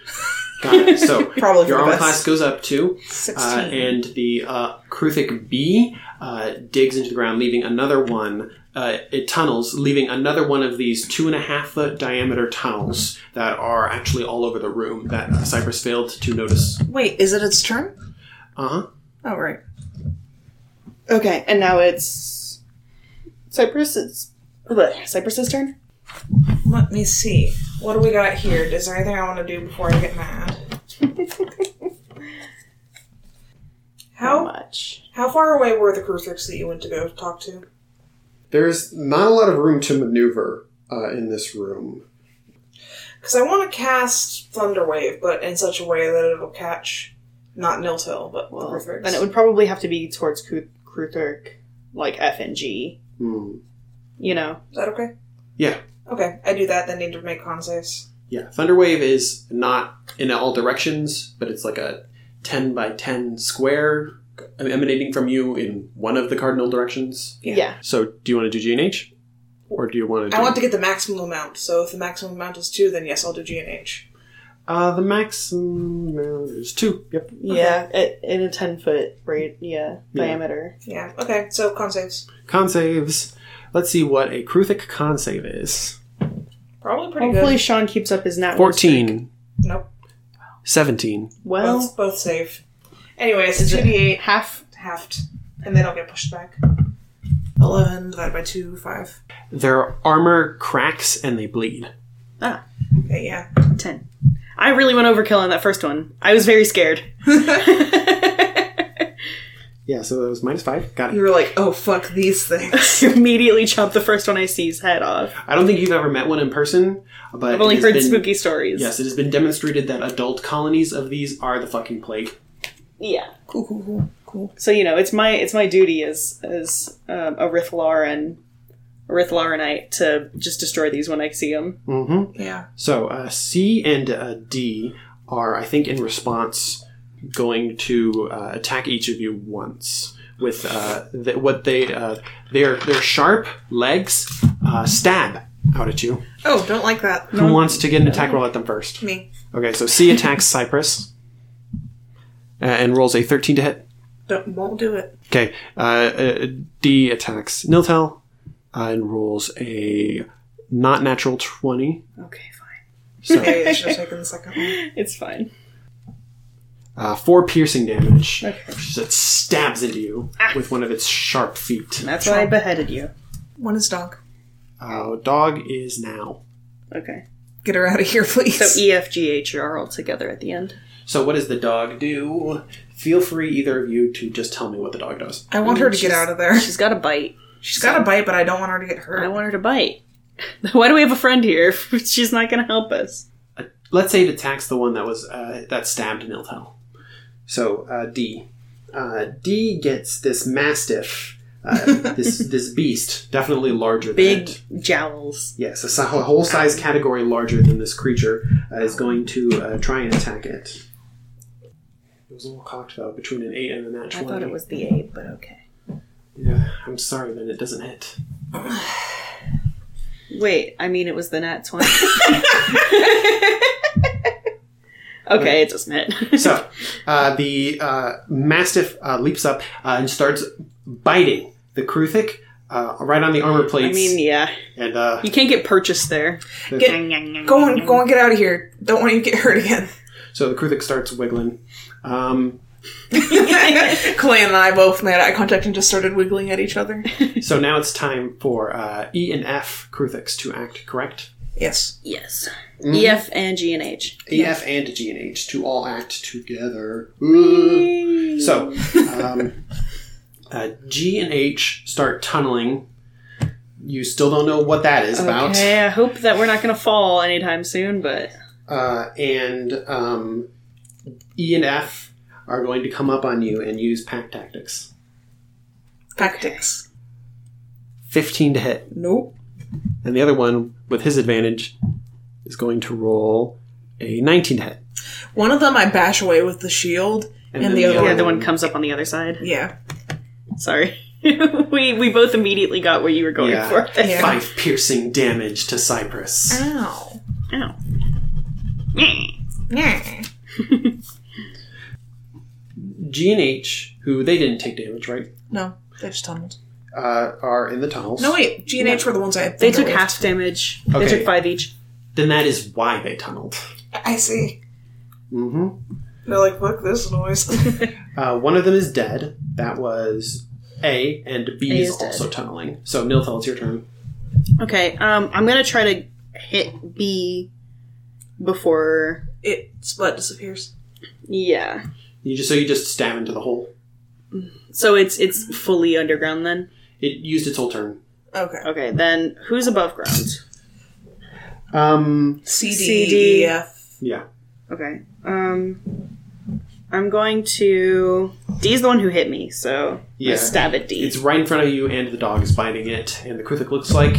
got it. So Probably for your the armor best. class goes up too. 16. Uh, and the uh, Kruthic B uh, digs into the ground, leaving another one. Uh, it tunnels, leaving another one of these two and a half foot diameter tunnels that are actually all over the room that uh, Cypress failed to notice. Wait, is it its turn? Uh huh. Oh, right. Okay, and now it's Cypress's. Cypress's turn. Let me see. What do we got here? Is there anything I want to do before I get mad? how much? how far away were the crucifix that you went to go talk to? There's not a lot of room to maneuver uh, in this room. Because I want to cast Thunderwave, but in such a way that it'll catch not Niltil, but the Well, crucifix. then it would probably have to be towards Kru- Kruthic, like F and G. Hmm. You know. Is that okay? Yeah. Okay, I do that. Then need to make con saves. Yeah, Thunderwave is not in all directions, but it's like a 10 by 10 square emanating from you in one of the cardinal directions. Yeah. So, do you want to do GNH? Or do you want to do. I want to get the maximum amount. So if the maximum amount is two, then yes, I'll do G and H. Uh, the maximum is two. Yep. Yeah, it, in a ten foot right, yeah, Yeah. diameter. Yeah. Okay. So con saves. Con saves. Let's see what a Kruthic con save is Probably pretty Hopefully, good. Sean keeps up his nat. 14, Nope. 17. Well, both, both save. Anyways, it's Is it- two d eight half. halved, and they don't get pushed back. Eleven divided by two, five. Their armor cracks and they bleed. Ah, Okay, yeah. 10. I really went overkill on that first one. I was very scared. Yeah, so that was minus five. Got You it. were like, oh fuck these things. Immediately chopped the first one I see's head off. I don't think you've ever met one in person, but I've only it has heard been- spooky stories. Yes, it has been demonstrated that adult colonies of these are the fucking plague. Yeah. cool, cool, cool, cool. So you know, it's my it's my duty as as um, a Rithloran, a Rithloranite to just destroy these when I see them. Mm-hmm. Yeah. So uh, C and uh, D are, I think, in response, going to uh, attack each of you once with uh, th- what they uh, their their sharp legs uh, stab out at you. Oh, don't like that. Who wants to get an attack roll at them first? Me. Okay, so C attacks Cypress uh, and rolls a thirteen to hit. Don't, won't do it. Okay, uh, uh, D attacks Niltel uh, and rolls a not natural 20. Okay, fine. So Maybe I should have taken the second one. It's fine. uh, four piercing damage. Okay. It stabs into you with one of its sharp feet. That's why I beheaded you. One is dog. Uh, dog is now. Okay. Get her out of here, please. So E, F, G, H are all together at the end. So, what does the dog do? Feel free, either of you, to just tell me what the dog does. I want her to get out of there. She's got a bite. She's got a bite, but I don't want her to get hurt. I want her to bite. Why do we have a friend here if she's not going to help us? Let's say it attacks the one that was uh, that stabbed Niltel. So uh, D, uh, D gets this mastiff, uh, this this beast, definitely larger than Big it. jowls. Yes, a, si- a whole size category larger than this creature uh, is going to uh, try and attack it. It was a little cocked though, between an eight and a nat I twenty. thought it was the A, but okay. Yeah, I'm sorry, then it doesn't hit. Wait, I mean it was the nat 20. okay, it doesn't hit. So, uh, the uh, mastiff uh, leaps up uh, and starts biting the Kruthic uh, right on the armor I plates. mean, yeah. and uh, You can't get purchased there. Go on, go on, get out of here. Don't want you to get hurt again. so the Kruthic starts wiggling. Um, Clay and I both made eye contact and just started wiggling at each other. so now it's time for uh, E and F Kruthics to act, correct? Yes. Yes. E, F, and G, and H. E, F, and G and H to all act together. Ooh. So, um, uh, G and H start tunneling. You still don't know what that is about. Okay, I hope that we're not going to fall anytime soon, but uh, and um, E and F are going to come up on you and use pack tactics. Tactics. 15 to hit. Nope. And the other one, with his advantage, is going to roll a 19 to hit. One of them I bash away with the shield, And and, then the, the other yeah, one. the one comes up on the other side. Yeah. Sorry. we we both immediately got where you were going Yeah. for. Yeah. Five piercing damage to Cypress. Ow. Ow. Yeah. G and H, who they didn't take damage, right? No, they just tumbled. Uh, are in the tunnels. No, wait. G and H were the ones I had. They took thunderwaved. half damage. Okay. They took five each. Then that is why they tunneled. I see. Mm-hmm. They're like, fuck this noise. Uh, one of them is dead. That was A, and B A is, is dead. also tunneling. So, Nilfel, it's your turn. Okay, um, I'm gonna try to hit B before. it split disappears. Yeah. You just so you just stab into the hole. So it's it's fully underground then. It used its whole turn. Okay. Okay, then who's above ground? Um, C C, D D. E F. yeah. Okay. Um, I'm going to. D's the one who hit me, so Yeah. I stab at D. It's right in front of you, and the dog is biting it. And the Krithik looks like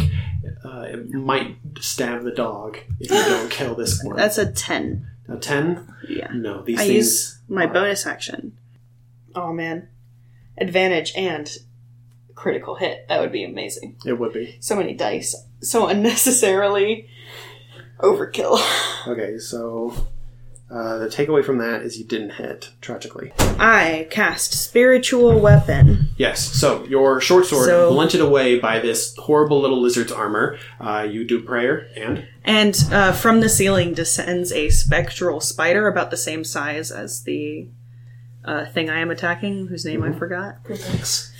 uh, it might stab the dog if you don't kill this one. That's a ten. a ten. Yeah. No, these I things. use my are- bonus action. Oh man. Advantage and critical hit. That would be amazing. It would be So many dice. So unnecessarily overkill. okay. So uh, the takeaway from that is you didn't hit tragically. I cast spiritual weapon. Yes. So your short sword So- blunted away by this horrible little lizard's armor. Uh, you do prayer and And uh, from the ceiling descends a spectral spider about the same size as the uh, thing I am attacking, whose name I forgot. Thanks.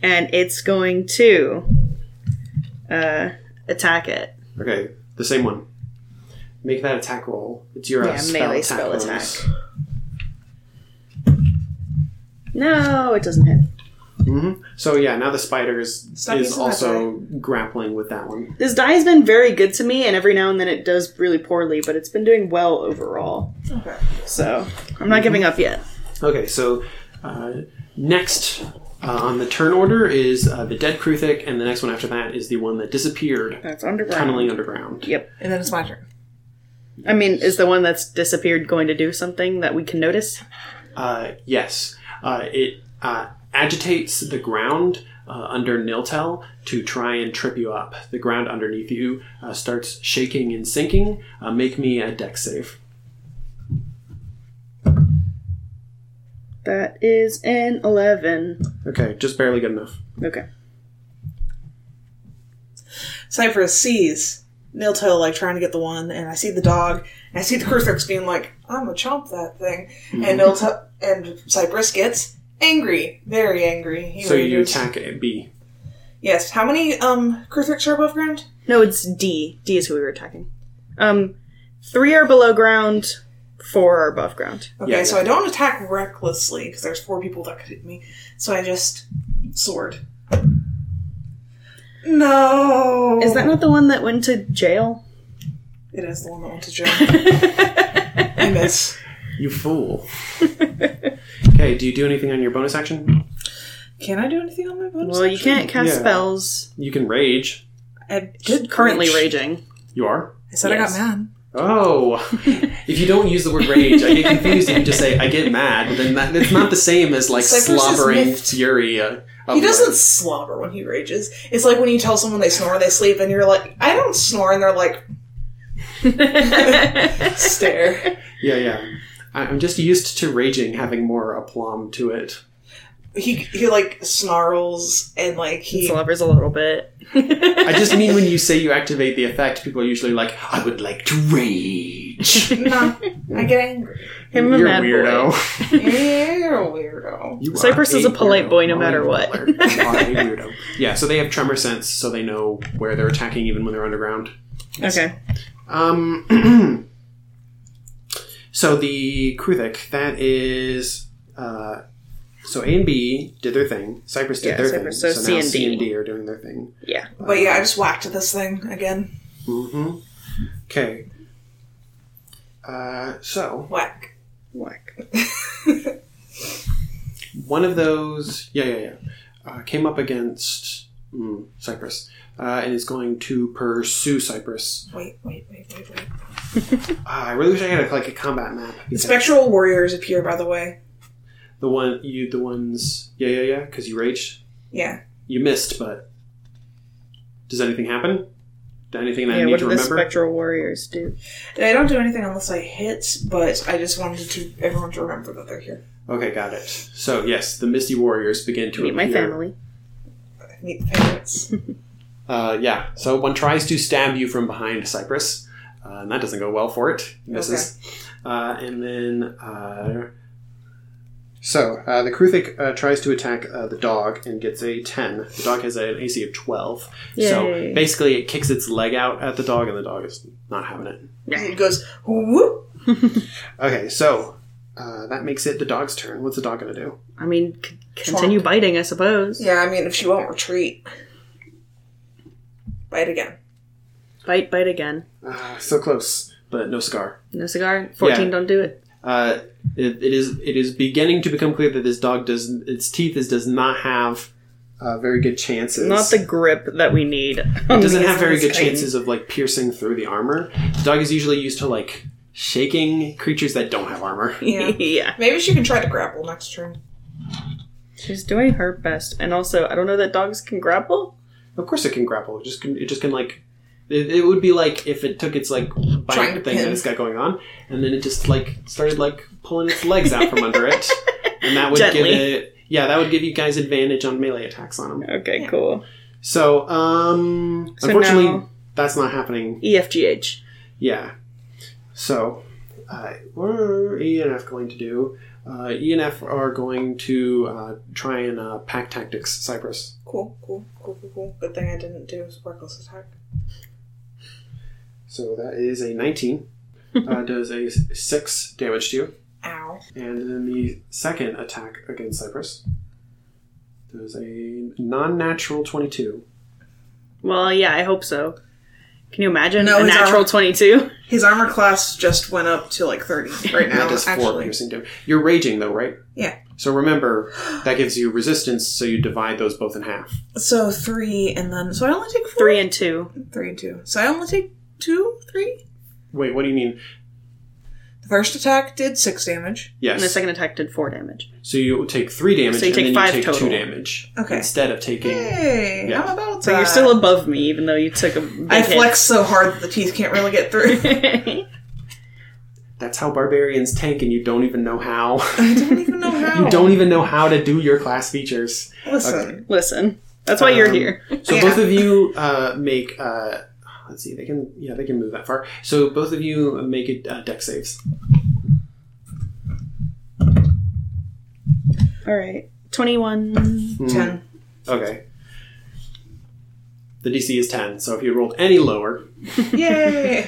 And it's going to uh, attack it. okay, the same one. Make that attack roll. It's your uh, Yeah, spell melee attack spell bonus. attack. No, it doesn't hit. hmm So yeah, now the spider is Stop is using that also grappling with that one. This die has been very good to me, and every now and then it does really poorly, but it's been doing well overall. Okay. So I'm not giving up yet. Okay, so uh, next uh, on the turn order is uh, the dead Kruthic, and the next one after that is the one that disappeared, That's underground. tunneling underground. Yep. And then it's my turn. I mean, is the one that's disappeared going to do something that we can notice? Uh, yes, uh, it uh, agitates the ground. Uh, under Niltel to try and trip you up. The ground underneath you uh, starts shaking and sinking. Uh, make me a deck save. That is an 11. Okay, just barely good enough. Okay. Cypress sees Nilto like trying to get the one, and I see the dog, and I see the crucifix being like, I'm gonna chomp that thing. Mhm. And Nilto and Cypress gets angry. Very angry. He So you rages. attack at B. Yes. How many um crucifix are above ground? No, it's D. D is who we were attacking. Um, three are below ground, four are above ground. Okay, Yeah, so yeah. I don't attack recklessly because there's four people that could hit me. So I just sword. No, Is that not the one that went to jail? It is the one that went to jail. I miss. You fool. okay, do you do anything on your bonus action? Can I do anything on my bonus? well, you action? can't cast Yeah. spells. You can rage. I did Currently rage. raging. You are? I said Yes. I got mad. Oh. if you don't use the word rage, I get confused and you just say, I get mad, then that, it's not the same as like Cypress is slobbering miffed. fury. uh, of He doesn't slobber when he rages. It's like when you tell someone they snore, they sleep, and you're like, I don't snore, and they're like, stare. Yeah, yeah. I- I'm just used to raging having more aplomb to it. He he like snarls and like He he slobbers a little bit. I just mean when you say you activate the effect, people are usually like, I would like to rage. nah, I get angry. Him a You're mad weirdo. boy. You're a weirdo. You are Cypress is a polite weirdo. boy no Oh, matter you what. are. You are a weirdo. Yeah, so they have tremor sense, so they know where they're attacking even when they're underground. Okay. Um, so the Kruthic, that is. Uh, so A and B did their thing. Cypress did Yeah, their Cypress, thing. so now C and D. C and D are doing their thing. Yeah. But yeah, I just whacked this thing again. Mm-hmm. Okay. Uh, so Whack. Whack. one of those, yeah, yeah, yeah, uh, came up against mm, Cypress uh, and is going to pursue Cypress. Wait, wait, wait, wait, wait. Uh, I really wish I had like a combat map. The because spectral warriors appear, by the way. the one you, the ones, yeah, yeah, yeah, because you raged, Yeah. you missed, but does anything happen? Did anything that I Yeah, need what to do the remember? spectral warriors do? They don't do anything unless I hit, but I just wanted to everyone to remember that they're here. okay, got it. So yes, the Misty Warriors begin to Meet my appear. family. Meet the parents. Uh, yeah. So one tries to stab you from behind Cypress, uh, and that doesn't go well for it. Misses. Uh, and then. Uh, so uh, the Kruthic uh, tries to attack uh, the dog and gets a 10. The dog has an AC of 12. Yay. So basically, it kicks its leg out at the dog, and the dog is not having it. it goes whoop. Okay, so uh, that makes it the dog's turn. What's the dog going to do? I mean, c- continue biting, I suppose. Yeah, I mean if she won't retreat. Bite again. Bite, bite again. Uh, so close, but no scar. No cigar. 14, Yeah. don't do it. Uh, it, it is it is beginning to become clear that this dog does its teeth is does not have uh, very good chances. Not the grip that we need. it doesn't have very good chances of like piercing through the armor. The dog is usually used to like shaking creatures that don't have armor. Yeah. yeah. Maybe she can try to grapple next turn. She's doing her best. And also, I don't know that dogs can grapple. Of course, it can grapple. It just can it just can like. It, it would be like if it took its like Trying bite to thing that pin. it's got going on, and then it just like started like pulling its legs out from under it, and that would Gently. give it yeah that would give you guys advantage on melee attacks on them. Okay, Yeah. cool. So, um, So unfortunately, now- that's not happening. E EFGH. Yeah. So, uh, what are ENF going to do? Uh, ENF are going to uh, try and uh, pack tactics Cypress. Cool, cool, cool, cool, cool. Good thing I didn't do reckless attack. So that is a 19. uh, does a 6 damage to you. Ow. And then the second attack against Cypress. Does a non natural 22. Well, yeah, I hope so. Can you imagine No, a it's natural our- 22? His armor class just went up to like thirty right now. That does 4 actually. piercing damage. You're raging though, right? Yeah. So remember, that gives you resistance, so you divide those both in half. So three and then so I only take four? Three and two. three and two. So I only take two, three. Wait, what do you mean? The first attack did six damage. Yes. And the second attack did four damage. so you take three damage, So you take and then five you take total. two damage Okay. instead of taking. Hey, Yeah. how about So that? you're still above me, even though you took a big Uh, I hit. flex so hard that the teeth can't really get through. That's how barbarians tank, and you don't even know how. I don't even know how. you don't even know how to do your class features. listen. Listen, that's why you're Um, here. So Yeah. both of you uh, make. Uh, let's see. They can. Yeah, they can move that far. So both of you make it uh, deck saves. All right. 21. Hmm. Ten. Okay. The DC is ten. So if you rolled any lower, Yay!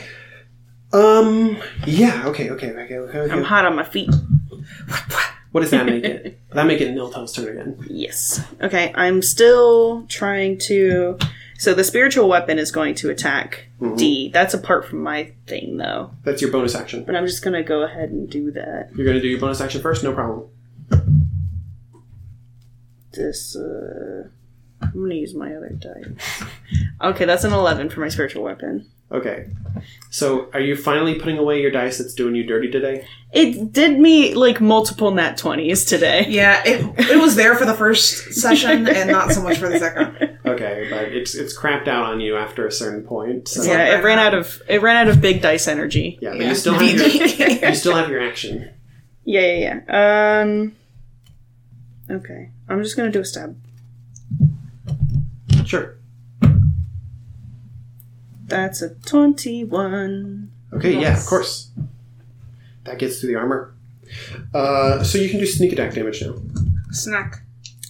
Um. Yeah. Okay. Okay. Okay. Okay. I'm okay. hot on my feet. What does that make it? that make it Niltel's turn again. Yes. Okay, I'm still trying to. So the spiritual weapon is going to attack Mm-hmm. D. That's apart from my thing, though. That's your bonus action. But I'm just gonna go ahead and do that. You're gonna do your bonus action first. No problem. This. Uh, I'm gonna use my other die. Okay, that's an 11 for my spiritual weapon. Okay. So, are you finally putting away your dice that's doing you dirty today? It did me like multiple nat 20s today. Yeah, it, it was there for the first session and not so much for the second. Okay, but it's it's crapped out on you after a certain point. So. Yeah, it ran out of it ran out of big dice energy. Yeah, but Yeah. you still have your, you still have your action. Yeah, yeah, yeah. Um. Okay, I'm just gonna do a stab. Sure. That's a 21. Okay. Yeah. Nice. Of course. That gets through the armor. Uh, so you can do sneak attack damage now. Snack.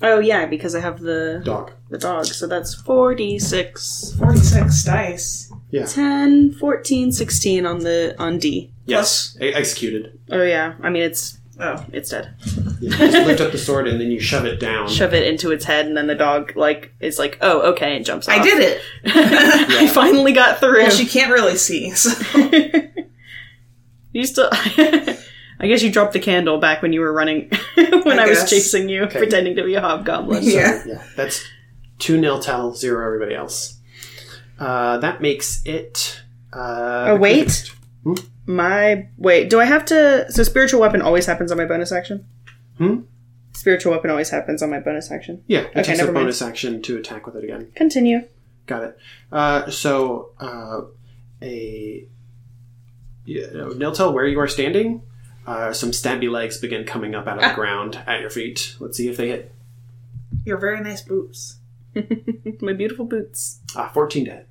Oh yeah, because I have the Dog. the dog. So that's 46. 46 dice. 10, 14, 16 on the on D. Yes. E- executed. Oh yeah. I mean it's Oh. it's dead. You just lift up the sword and then you shove it down. Shove it into its head and then the dog like is like, "Oh, okay," and jumps off. I did it. I finally got through. Well, she can't really see. So. you still I guess you dropped the candle back when you were running when I I, was guess. chasing you pretending to be a hobgoblin. So, Yeah. yeah. That's two nil tell zero everybody else. Uh, that makes it. Uh, Oh wait. My wait, do I have to so spiritual weapon always happens on my bonus action? Hmm? Spiritual weapon always happens on my bonus action. Yeah, it takes a never mind. bonus action to attack with it again. Continue. Got it. Uh, so uh, a yeah, nil tell where you are standing. Uh, some stabby legs begin coming up out of the ground at your feet. Let's see if they hit. Your very nice boobs. My beautiful boots. Ah, 14 to hit.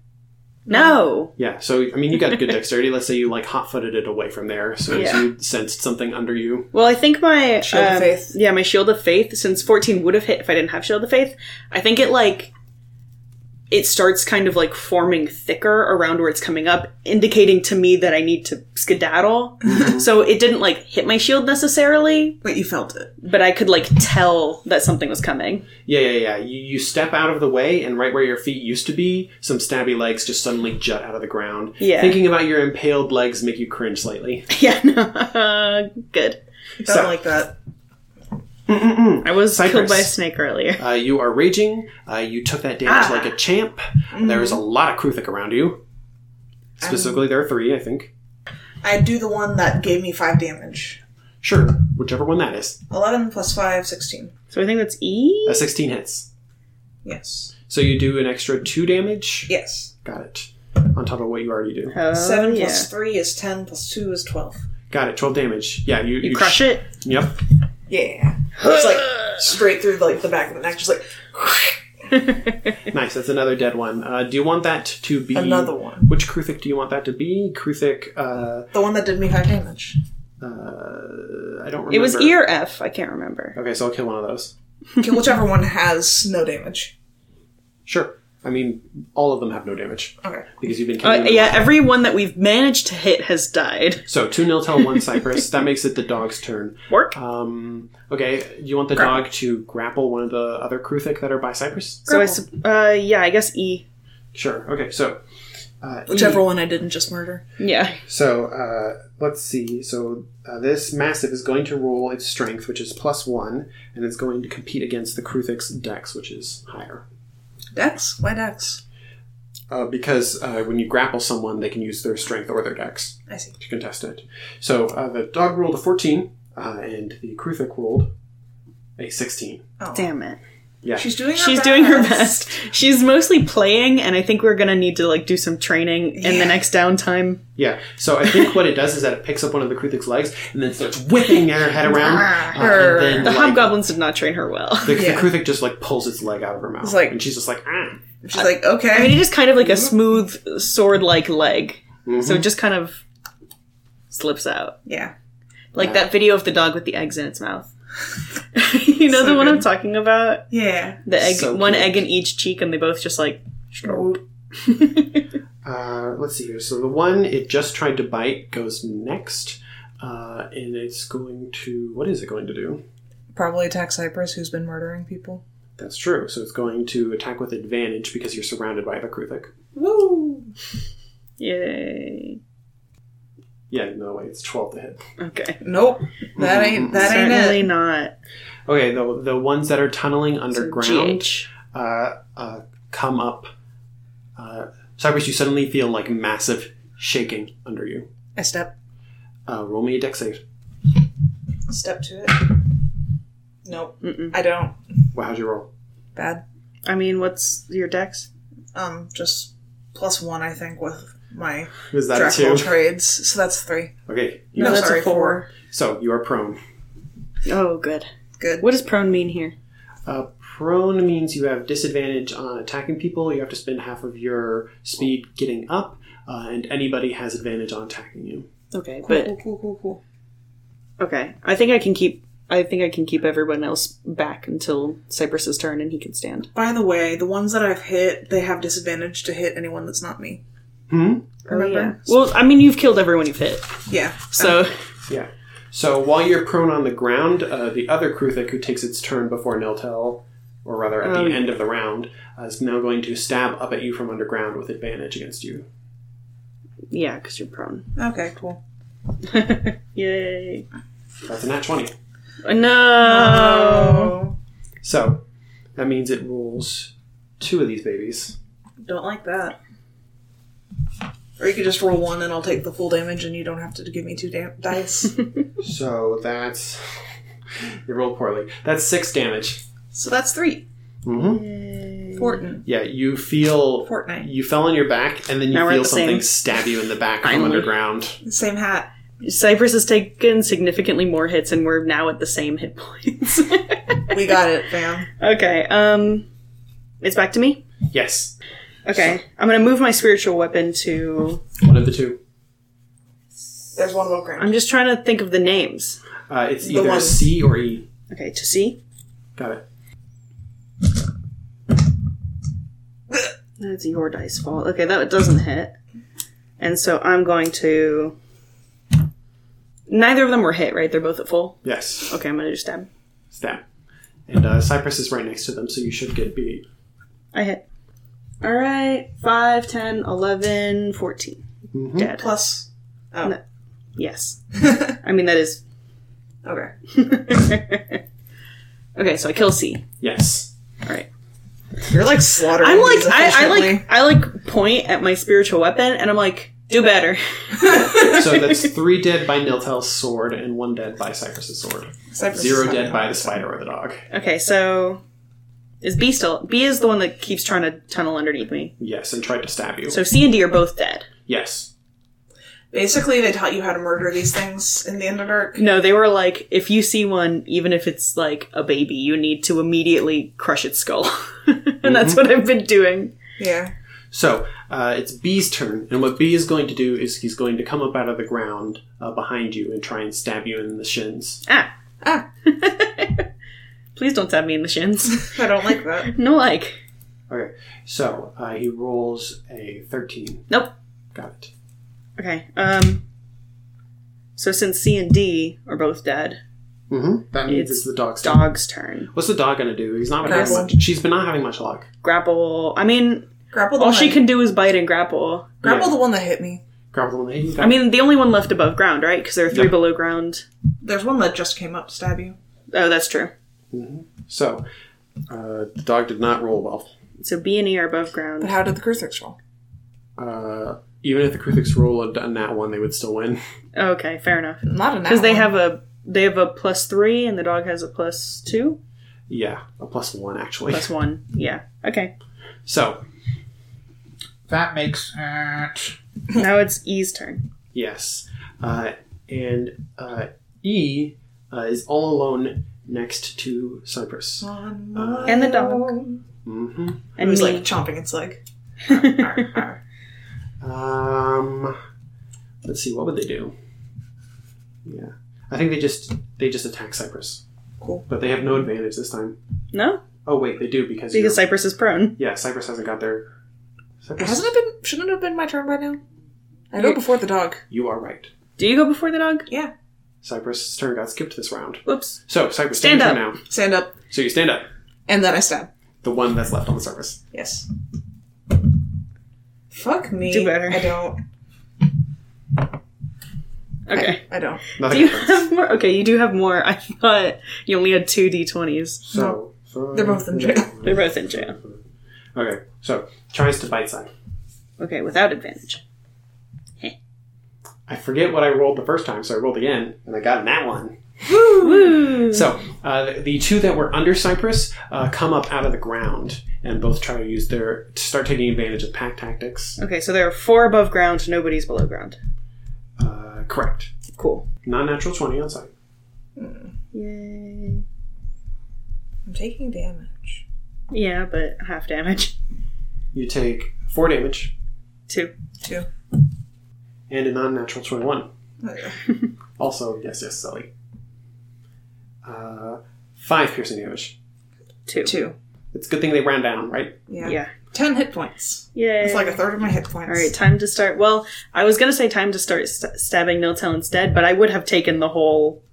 No. Yeah, so, I mean, you got good dexterity. Let's say you, like, hot footed it away from there. So Yeah. you sensed something under you. Well, I think my Shield of um, Faith. Yeah, my shield of faith. Since fourteen would have hit if I didn't have shield of faith, I think it like it starts kind of like forming thicker around where it's coming up, indicating to me that I need to skedaddle. Mm-hmm. so it didn't like hit my shield necessarily, But you felt it. but I could like tell that something was coming. Yeah, yeah, yeah. You, you step out of the way, and right where your feet used to be, some stabby legs just suddenly jut out of the ground. Yeah. Thinking about your impaled legs make you cringe slightly. yeah, no, good. Felt So- like that. I was killed Cypress. by a snake earlier. Uh, you are raging. Uh, you took that damage Ah. like a champ. There is a Mm-hmm. lot of Kruthic around you. Ah. Specifically, there are three, I think. I do the one that gave me 5 damage. Sure, whichever one that is. 11 plus 5, 16. So I think that's E. A 16 hits. Yes. So you do an extra two damage. Yes. Got it. On top of what you already do. Oh, 7 yeah. plus 3 is 10, plus 2 is 12. Got it. 12 damage. Yeah, you, You crush it. Yep. Yeah. It's like straight through like the back of the neck. Just like Nice. That's another dead one. Uh, do you want that to be Another one. Which Kruthic do you want that to be? Kruthic. Uh, the one that did me 5 damage. I don't remember. It was E or F. I can't remember. Okay, so I'll kill one of those. Okay, whichever one has no damage. Sure. I mean, all of them have no damage Okay. because you've been Uh, killing. them. yeah, every one that we've managed to hit has died. So two nil tell one Cypress. that makes it the dog's turn. Work. Um, okay, do you want the dog to grapple one of the other Kruthic that are by Cypress? So I, sup- uh, yeah, I guess E. Sure. Okay, so uh, Whichever one I didn't just murder. Yeah. So uh, let's see. So uh, this massive is going to roll its strength, which is plus one, and it's going to compete against the Kruthic's dex, which is higher. Dex? Why Dex? Uh, because uh, when you grapple someone, they can use their strength or their dex I see. to contest it. So uh, the dog rolled a 14, uh, and the Kruthic rolled a 16. Oh. Damn it. Yeah. She's doing her She's best. doing her best. She's mostly playing, and I think we're gonna need to like do some training in Yeah. the next downtime. Yeah. So I think what it does is that it picks up one of the Kruthic's legs and then starts whipping her head around. uh, Her- and then, The like, hobgoblins did not train her well. The, Yeah. the Kruthic just like pulls its leg out of her mouth, It's like- and she's just like, ah. She's like, okay. I mean, it is kind of like a smooth sword-like leg, Mm-hmm. so it just kind of slips out, yeah. like that video of the dog with the eggs in its mouth. you know So the one I'm good. talking about? Yeah. The egg, So one cute. egg in each cheek, and they both just like. Uh, let's see here. So the one it just tried to bite goes next, uh, and it's going to. What is it going to do? Probably attack Cypress, who's been murdering people. That's true. So it's going to attack with advantage because you're surrounded by the Kruvik. Woo! Yay. Yeah, no way. It's twelve to hit. Mm-hmm. Okay. Nope, that ain't that ain't Certainly it. not. Okay. The the ones that are tunneling So underground. GH. uh, uh, come up. Uh, Cypress, you suddenly feel like massive shaking under you. I step Uh, roll me a deck save. step to it. Nope, Mm-mm. I don't. Well, how's your roll? Bad. I mean, what's your dex? Um, just plus one, I think, with my Is that a Dracul two? trades. So that's three. Okay. you- No, sorry, So you are prone. Oh, good. Good. What does prone mean here? Uh, prone means you have disadvantage on attacking people. You have to spend half of your speed getting up, uh, and anybody has advantage on attacking you. Okay, Cool, but cool, cool, cool, cool. okay. I think I can keep. I think I can keep everyone else back until Cypress's turn and he can stand. By the way, the ones that I've hit, they have disadvantage to hit anyone that's not me. Hmm. Remember? Well, I mean, you've killed everyone you've hit, Yeah. so Yeah. So while you're prone on the ground, uh, the other Kruthic who takes its turn before Niltel, or rather at Oh, the yeah. end of the round, uh, is now going to stab up at you from underground with advantage against you. yeah, because you're prone. Okay, cool. Yay! That's a nat 20. Uh, No. So that means it rolls two of these babies. Don't like that. Or you could just roll one and I'll take the full damage and you don't have to give me two dam- dice. So that's. you rolled poorly. That's six damage. so that's three. Mm-hmm. Fortnite. Yeah, you feel. Fortnite. You fell on your back, and then you Now we're at feel the something same. stab you in the back from Finally. underground. Same hat. Cypress has taken significantly more hits, and we're now at the same hit points. We got it, fam. okay. Um, it's back to me. Yes, Okay, I'm gonna move my spiritual weapon to. one of the two. There's one will I'm ground. just trying to think of the names. Uh, it's The either one. C or E. Okay, to see. Got it. That's your dice fault. Okay, that doesn't hit. And so I'm going to. Neither of them were hit, right? They're both at full. Yes. Okay, I'm gonna just stab. stab. And uh, Cypress is right next to them, so you should get beat. I hit. All right, 5, 10, 11, 14. Mhm. Dead. Plus. Oh. No. Yes. I mean, that is. okay. okay, so I kill C. Yes. All right. You're like slaughtering. I'm like, these I, I efficiently. like, I like point at my spiritual weapon and I'm like, do better. So that's three dead by Niltel's sword and one dead by Cypress's sword. Cypress is Zero not dead gonna- by the spider or the dog. Okay, so. Is B still? B is the one that keeps trying to tunnel underneath me. Yes, and tried to stab you. So C and D are both dead. yes. Basically, they taught you how to murder these things in the Underdark. No, they were like, if you see one, even if it's like a baby, you need to immediately crush its skull. and that's what I've been doing. Yeah. So uh, it's B's turn, and what B is going to do is he's going to come up out of the ground uh, behind you and try and stab you in the shins. Ah. Ah. Please don't stab me in the shins. I don't like that. No, like. Okay, so uh, he rolls a 13. Nope. Got it. Okay. Um. So since C and D are both dead, Mm-hmm. That means it's, It's the dog's turn. dog's turn. What's the dog going to do? He's not going to have Grapple. much. She's been not having much luck. Grapple. I mean, Grapple the all one. she can do is bite and grapple. grapple Yeah. the one that hit me. Grab the one that he's got. I mean, the only one left above ground, right? Because there are three Yep. below ground. There's one that just came up to stab you. Oh, that's true. So, uh, the dog did not roll well. So B and E are above But ground. how did the Kurthix roll? Uh, even if the Kruthix rolled a nat one, they would still win. Okay, fair enough. Not an Because they have a they have a plus three, and the dog has a plus two, Yeah, a plus one actually. plus one. Yeah. Okay. So, That makes it. Now it's E's turn. yes, uh, and uh, E uh, is all alone next to Uh, Cypress. Oh, And the dog. hmm And he's me. like chomping its leg. Arr, arr. Um, let's see, what would they do? Yeah, I think they just they just attack Cypress. Cool. But they have no advantage this time. no, Oh wait, they do because because you're- Cypress is prone. yeah, Cypress hasn't got their Hasn't it been? Shouldn't it have been my turn by now? I go before the dog. You are right. Do you go before the dog? Yeah. Cypress' turn got skipped this round. Whoops. So, Cypress, Stand take your turn now. Stand up, So you stand up. and then I stab. The one that's left on the surface. Yes. Fuck me. Do better. I don't. Okay. I don't. Do Nothing you happens. have more? Okay, you do have more. I thought you only had two d20s. So, so They're both in jail. They're both in jail. Okay, so tries to bite Cy. Okay, without advantage. I forget what I rolled the first time, so I rolled again, and I got that one. Woo! So uh, the- the two that were under Cypress uh, come up out of the ground and both try to use their to start taking advantage of pack tactics. Okay, so there are four above ground, nobody's below ground. Uh, correct. Cool. Non-natural twenty on site. Yay. I'm taking damage. Yeah, but half damage. You take four damage Two. Two. and a non-natural twenty-one. Ugh. Also, yes, yes, Sully. Uh, five piercing damage. Two. Two. It's a good thing they round down, right? Yeah. Yeah. yeah. Ten hit points. Yay. It's like a third of my hit points. All right, time to start. Well, I was gonna say time to start st- stabbing Niltel instead, but I would have taken the whole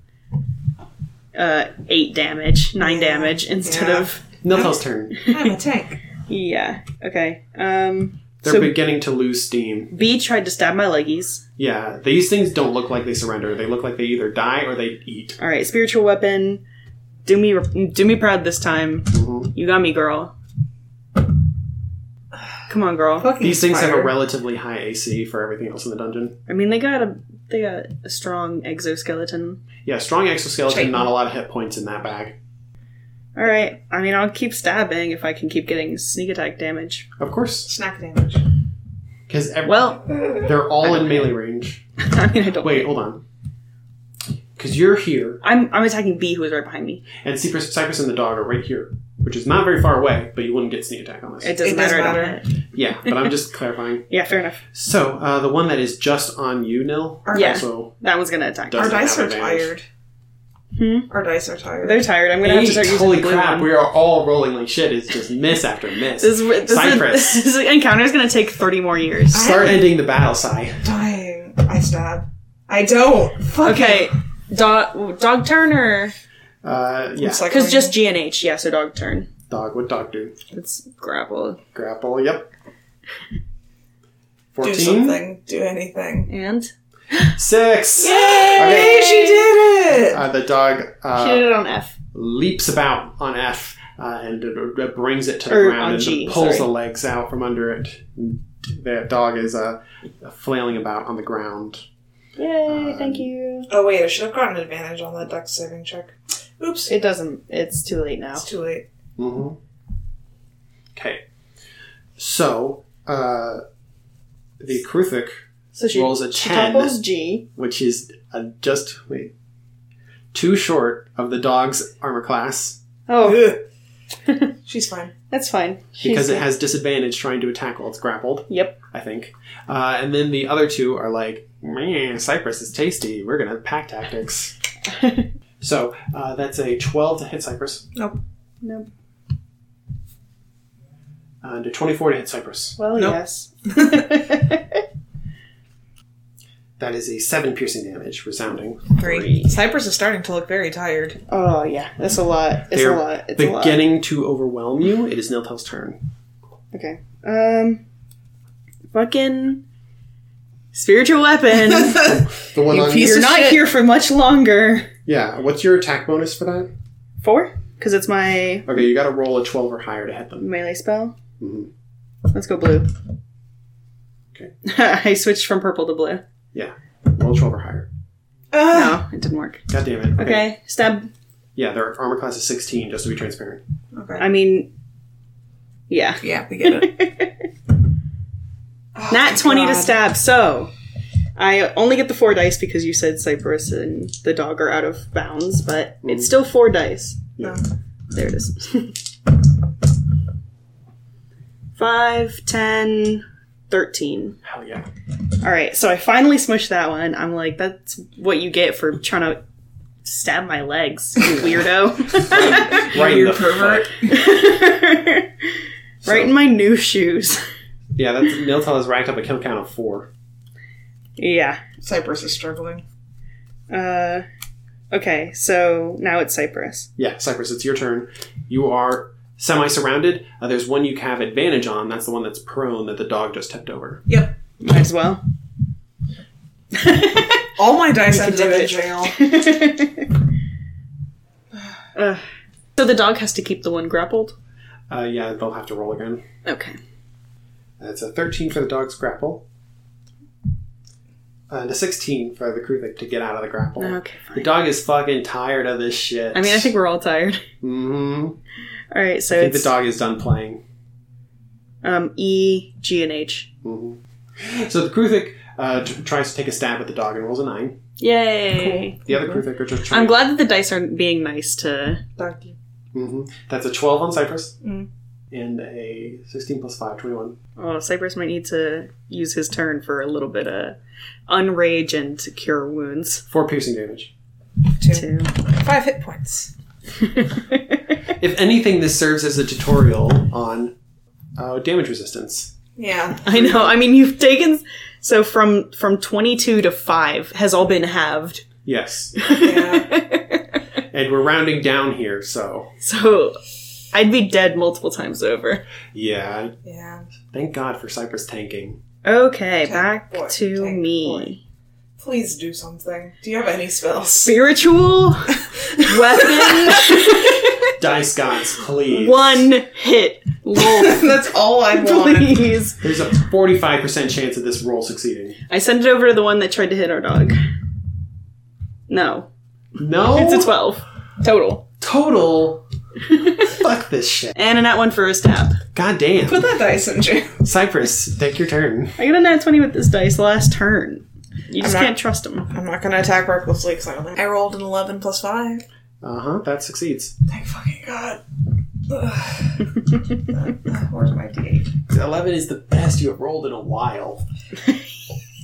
uh, eight damage, nine Yeah. damage instead Yeah. of Niltel's turn. I'm a tank. yeah. Okay. Um, They're So- beginning to lose steam. B tried to stab my leggies. Yeah, these things don't look like they surrender. They look like they either die or they eat. All right, spiritual weapon. Do me do me proud this time. Mhm. You got me, girl. Come on, girl. Fucking These things have a spider. relatively high AC for everything else in the dungeon. I mean, they got a they got a strong exoskeleton. Yeah, strong exoskeleton, Chitin. not a lot of hit points in that bag. All right. I mean, I'll keep stabbing if I can keep getting sneak attack damage. Of course, snack damage. because Well, they're all in melee range. I mean, I don't. Wait, hold on. Because you're here, I'm I'm attacking B, who is right behind me. and Cypress, Cypress and the dog are right here, which is not very far away, but you wouldn't get sneak attack on this. It doesn't It doesn't matter. I don't matter. hit. yeah, but I'm just clarifying. Yeah, fair enough. So uh, the one that is just on you, Nil. Our, Yeah. Also, That one's gonna attack. Does- Doesn't our dice have are advantage. tired. Hmm? Our dice are tired. They're tired. I'm gonna have to Eight, start using holy the blue crap! one. We are all rolling like shit. It's just miss after miss. This, this, Cypress. this encounter is gonna take thirty more years. Start ending the battle, Sai. dying. I stab. I don't. Fuck Okay, dog dog turn or Uh, yeah. because just G and H. Yeah, so dog turn. Dog. What dog do? Let's grapple Grapple. Yep. do 14. something. Do anything. Oh, and she 6. Hey, Okay. she did it. Uh, the dog did uh, it on F. leaps about on F uh, and uh, brings it to the Or on ground and G, pulls the sorry. legs out from under it. That dog is uh, flailing about on the ground. Yay! thank you. Oh wait, I should have gotten advantage on that deck saving check. Oops, It doesn't. It's too late now. it's too late. Mm-hmm. Okay. So, uh, the Kruthic, So she Rolls a she 10. topples G. which is uh, just wait, too short of the dog's armor class Oh, Ugh. She's fine. that's fine. She's because it good. has disadvantage trying to attack while it's grappled. Yep. I think. Uh, and then the other two are like, man, Cypress is tasty. We're gonna pack tactics. so uh, that's a twelve to hit Cypress Nope. and a twenty-four to hit Cypress. Well, Nope. yes. That is a seven piercing damage, resounding. Three. Cypress is starting to look very tired. oh yeah, that's a lot. It's They're a lot. It's a lot. Beginning to overwhelm you. It is Niltel's turn. Okay. Um. Fucking spiritual weapon. The one You on- piece You're of not shit. here for much longer. yeah. What's your attack bonus for that? Four, because it's my Okay, you got to roll a twelve or higher to hit them. melee spell. Mhm. Let's go blue. Okay. I switched from purple to blue. Yeah. Roll 12 or higher. Ah. No, it didn't work. God damn it. Okay. stab. Yeah, their armor class is 16, just to be transparent. Okay. I mean, yeah. Yeah, we get it. Oh, Nat 20 God. to stab, so I only get the four dice because you said Cypress and the dog are out of bounds, but it's still four dice. Yeah. There it is. Five, ten, thirteen. Hell yeah. All right, so I finally smushed that one. I'm like, that's what you get for trying to stab my legs, you weirdo. Right in the pervert. foot. right in my new shoes. Yeah, that's, Niltel has racked up a kill count of four. Yeah. Cypress is struggling. Uh, okay, so now it's Cypress. Yeah, Cypress, it's your turn. You are semi surrounded. Uh, there's one you have advantage on. That's the one that's prone that the dog just tipped over. Yep. Might as well. All my dice We can ended up do in it. jail. Ugh. Uh, so the dog has to keep the one grappled? Uh, yeah, they'll have to roll again. Okay. That's a 13 for the dog's grapple. Uh, And a 16 for the crew to get out of the grapple. Okay, The fine. dog is fucking tired of this shit. I mean, I think we're all tired. hmm All right, so I think the it's dog is done playing. um, E, G, and H. So the Kruthic uh, t- tries to take a stab at the dog and rolls a nine. Yay! The other Kruthic are just trying. Mm-hmm. I'm glad that the dice aren't being nice to. Donkey. hmm That's a 12 on Cypress Mm. and a 16 plus 5, 21. Oh, Cypress might need to use his turn for a little bit of unrage and to cure wounds Four piercing damage. Two. too. Five hit points. If anything, this serves as a tutorial on uh, damage resistance. Yeah. I know. I mean, you've taken so from from 22 to 5 has all been halved. Yes. Yeah. and we're rounding down here, so. So I'd be dead multiple times over. Yeah. yeah. Thank God for Cypress tanking. Okay, Tank back boy, to tank me. Please do something. Do you have any spells? Spiritual weapon Dice gods, please. one hit. Lol. That's all I want. Please. There's a 45% chance of this roll succeeding. I send it over to the one that tried to hit our dog. No. No. It's a 12. Total. Total. Fuck this shit. And a nat one for a stab. God damn. Put that dice in jail. Cypress, take your turn. I got a nat 20 with this dice last turn. You just not- can't trust them. I'm not gonna attack recklessly because I only. I rolled an 11 plus 5. Uh huh. That succeeds. Thank fucking god. Ugh. Uh, Where's my d8? Eleven is the best you have rolled in a while.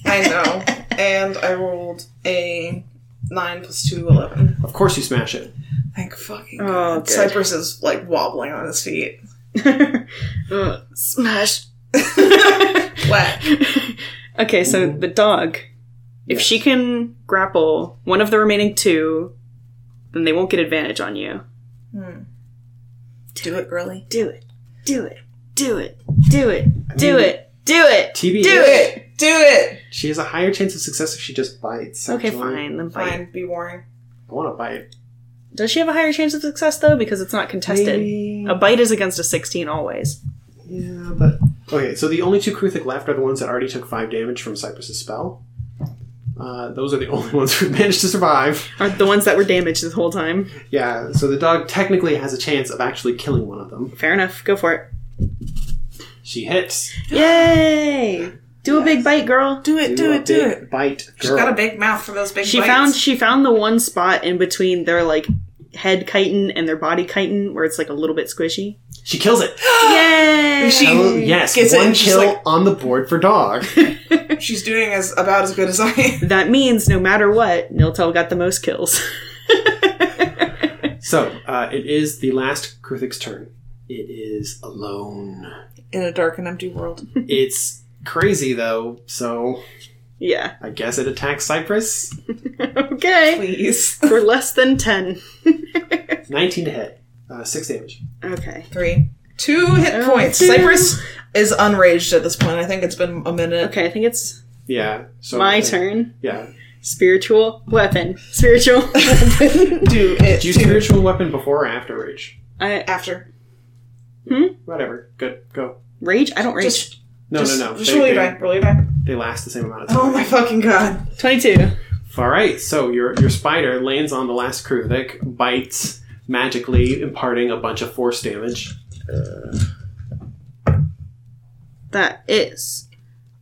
I know. And I rolled a 9 plus 2, 11. Of course you smash it. Thank fucking Oh, god. good. Cypress is like wobbling on his feet. Ugh, smash. Whack. Okay, so the dog. If she can grapple one of the remaining two, then they won't get advantage on you. Do it, girly. Do it. Do it. Do it. Do it. Do mean- it. Do it. TB. Do it! Do it! She has a higher chance of success if she just bites. Okay, actually. fine. Then bite. Fine, be warned. I want to bite. Does she have a higher chance of success though? Because it's not contested. Maybe- A bite is against a 16 always. Yeah, but okay. So the only two Kruthic left are the ones that already took five damage from Cypress's spell. Uh, those are the only ones who managed to survive. Are the ones that were damaged this whole time. Yeah, so the dog technically has a chance of actually killing one of them. Fair enough. Go for it. She hits. Yay! Do a big bite, girl. Do it, do a it, do big it. Bite. She's girl. got a big mouth for those big She bites. found she found the one spot in between their like head chitin and their body chitin where it's like a little bit squishy. She kills it. Yay! She- Oh, yes, Gets it, one and she's kill like- on the board for dog. She's doing as about as good as I am. that means no matter what, Niltel got the most kills. so uh, it is the last Kruthic's turn. It is alone. In a dark and empty world. it's crazy though, so yeah. I guess it attacks Cypress. Okay. Please. We're less than ten. 19 to hit, uh, six damage. Okay. Three. Two hit Oh, points. two. Cypress is unraged at this point. I think it's been a minute. Okay, I think it's Yeah. So my turn. Yeah. Spiritual weapon. Spiritual weapon. Do it. Do you do it. spiritual weapon before or after rage? I After. Whatever. Good. Go. rage? I don't rage. Just- No, just, no, no. Just they, roll your they, die. Roll your die. they last the same amount of time. Oh my fucking god. 22. All right, so your your spider lands on the last Kruvik, bites magically, imparting a bunch of force damage. That is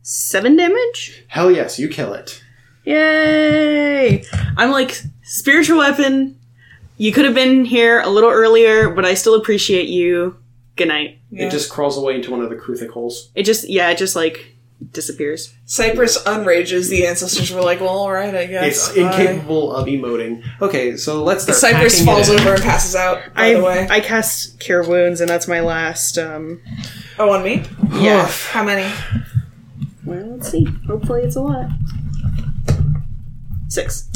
7 damage? Hell yes, you kill it. Yay! I'm like, spiritual weapon, you could have been here a little earlier, but I still appreciate you. Good night. Yeah. It just crawls away into one of the Kruthic holes. It just, yeah, it just like disappears. Cypress unrages. The ancestors were like, well, alright, I guess. It's Bye. incapable of emoting. Okay, so let's start. Cypress packing falls it in. over and passes out, by I the way. I cast Cure Wounds, and that's my last um, Oh, on me? Yeah. How many? Well, let's see. Hopefully, it's a lot. Six.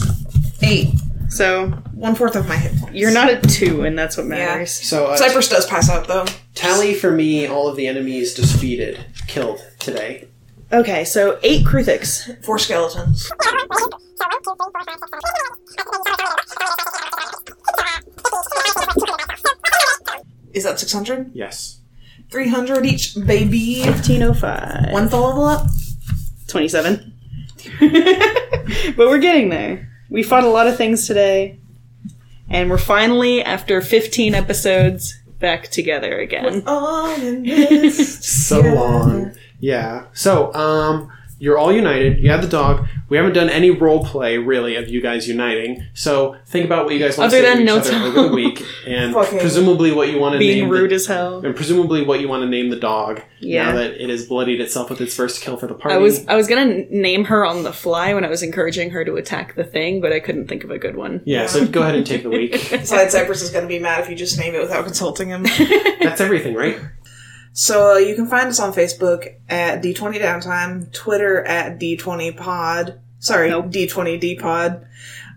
Eight. So One fourth of my hit points. you're not at two, and that's what matters. So uh, Cypress does pass out though. tally for me all of the enemies defeated, killed today. Okay, so eight Kruthix. Four skeletons. Is that 600? Yes. 300 each, baby. 1505. One full level up. 27. but we're getting there. We fought a lot of things today, and we're finally, after 15 episodes, back together again. All in this. So long. Yeah. So um, you're all united. You have the dog. We haven't done any role play really of you guys uniting. So think about what you guys want Other to say than to each no other time. over the week, and Fucking- presumably what you want to Being name rude the, as hell. and presumably what you want to name the dog. Yeah. Now that it has bloodied itself with its first kill for the party. I was I was gonna name her on the fly when I was encouraging her to attack the thing, but I couldn't think of a good one. Yeah, so go ahead and take the week. Besides, Cypress is going to be mad if you just name it without consulting him. That's everything, right? So uh, you can find us on Facebook at D20 Downtime, Twitter at D20 Pod. Sorry, D20 D Pod.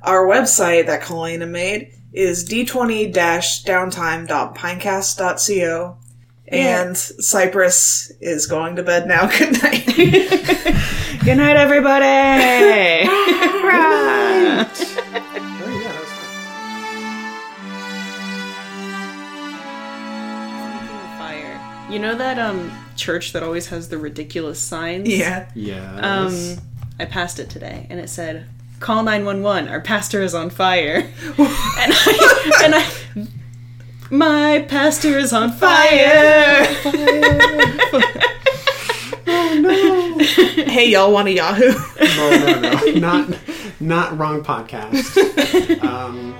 Our website that Colina made is d20-downtime.pinecast.co. And Cypress is going to bed now. Good night. Good night, everybody. Oh, yeah, that was fun. Speaking of fire, you know that um church that always has the ridiculous signs? yeah. Yes. Um, I passed it today, and it said, "Call nine one one. Our pastor is on fire." and I, and I, my pastor is on fire. Hey, y'all want a Yahoo? Oh, no, no, no. not, not wrong podcast. Um,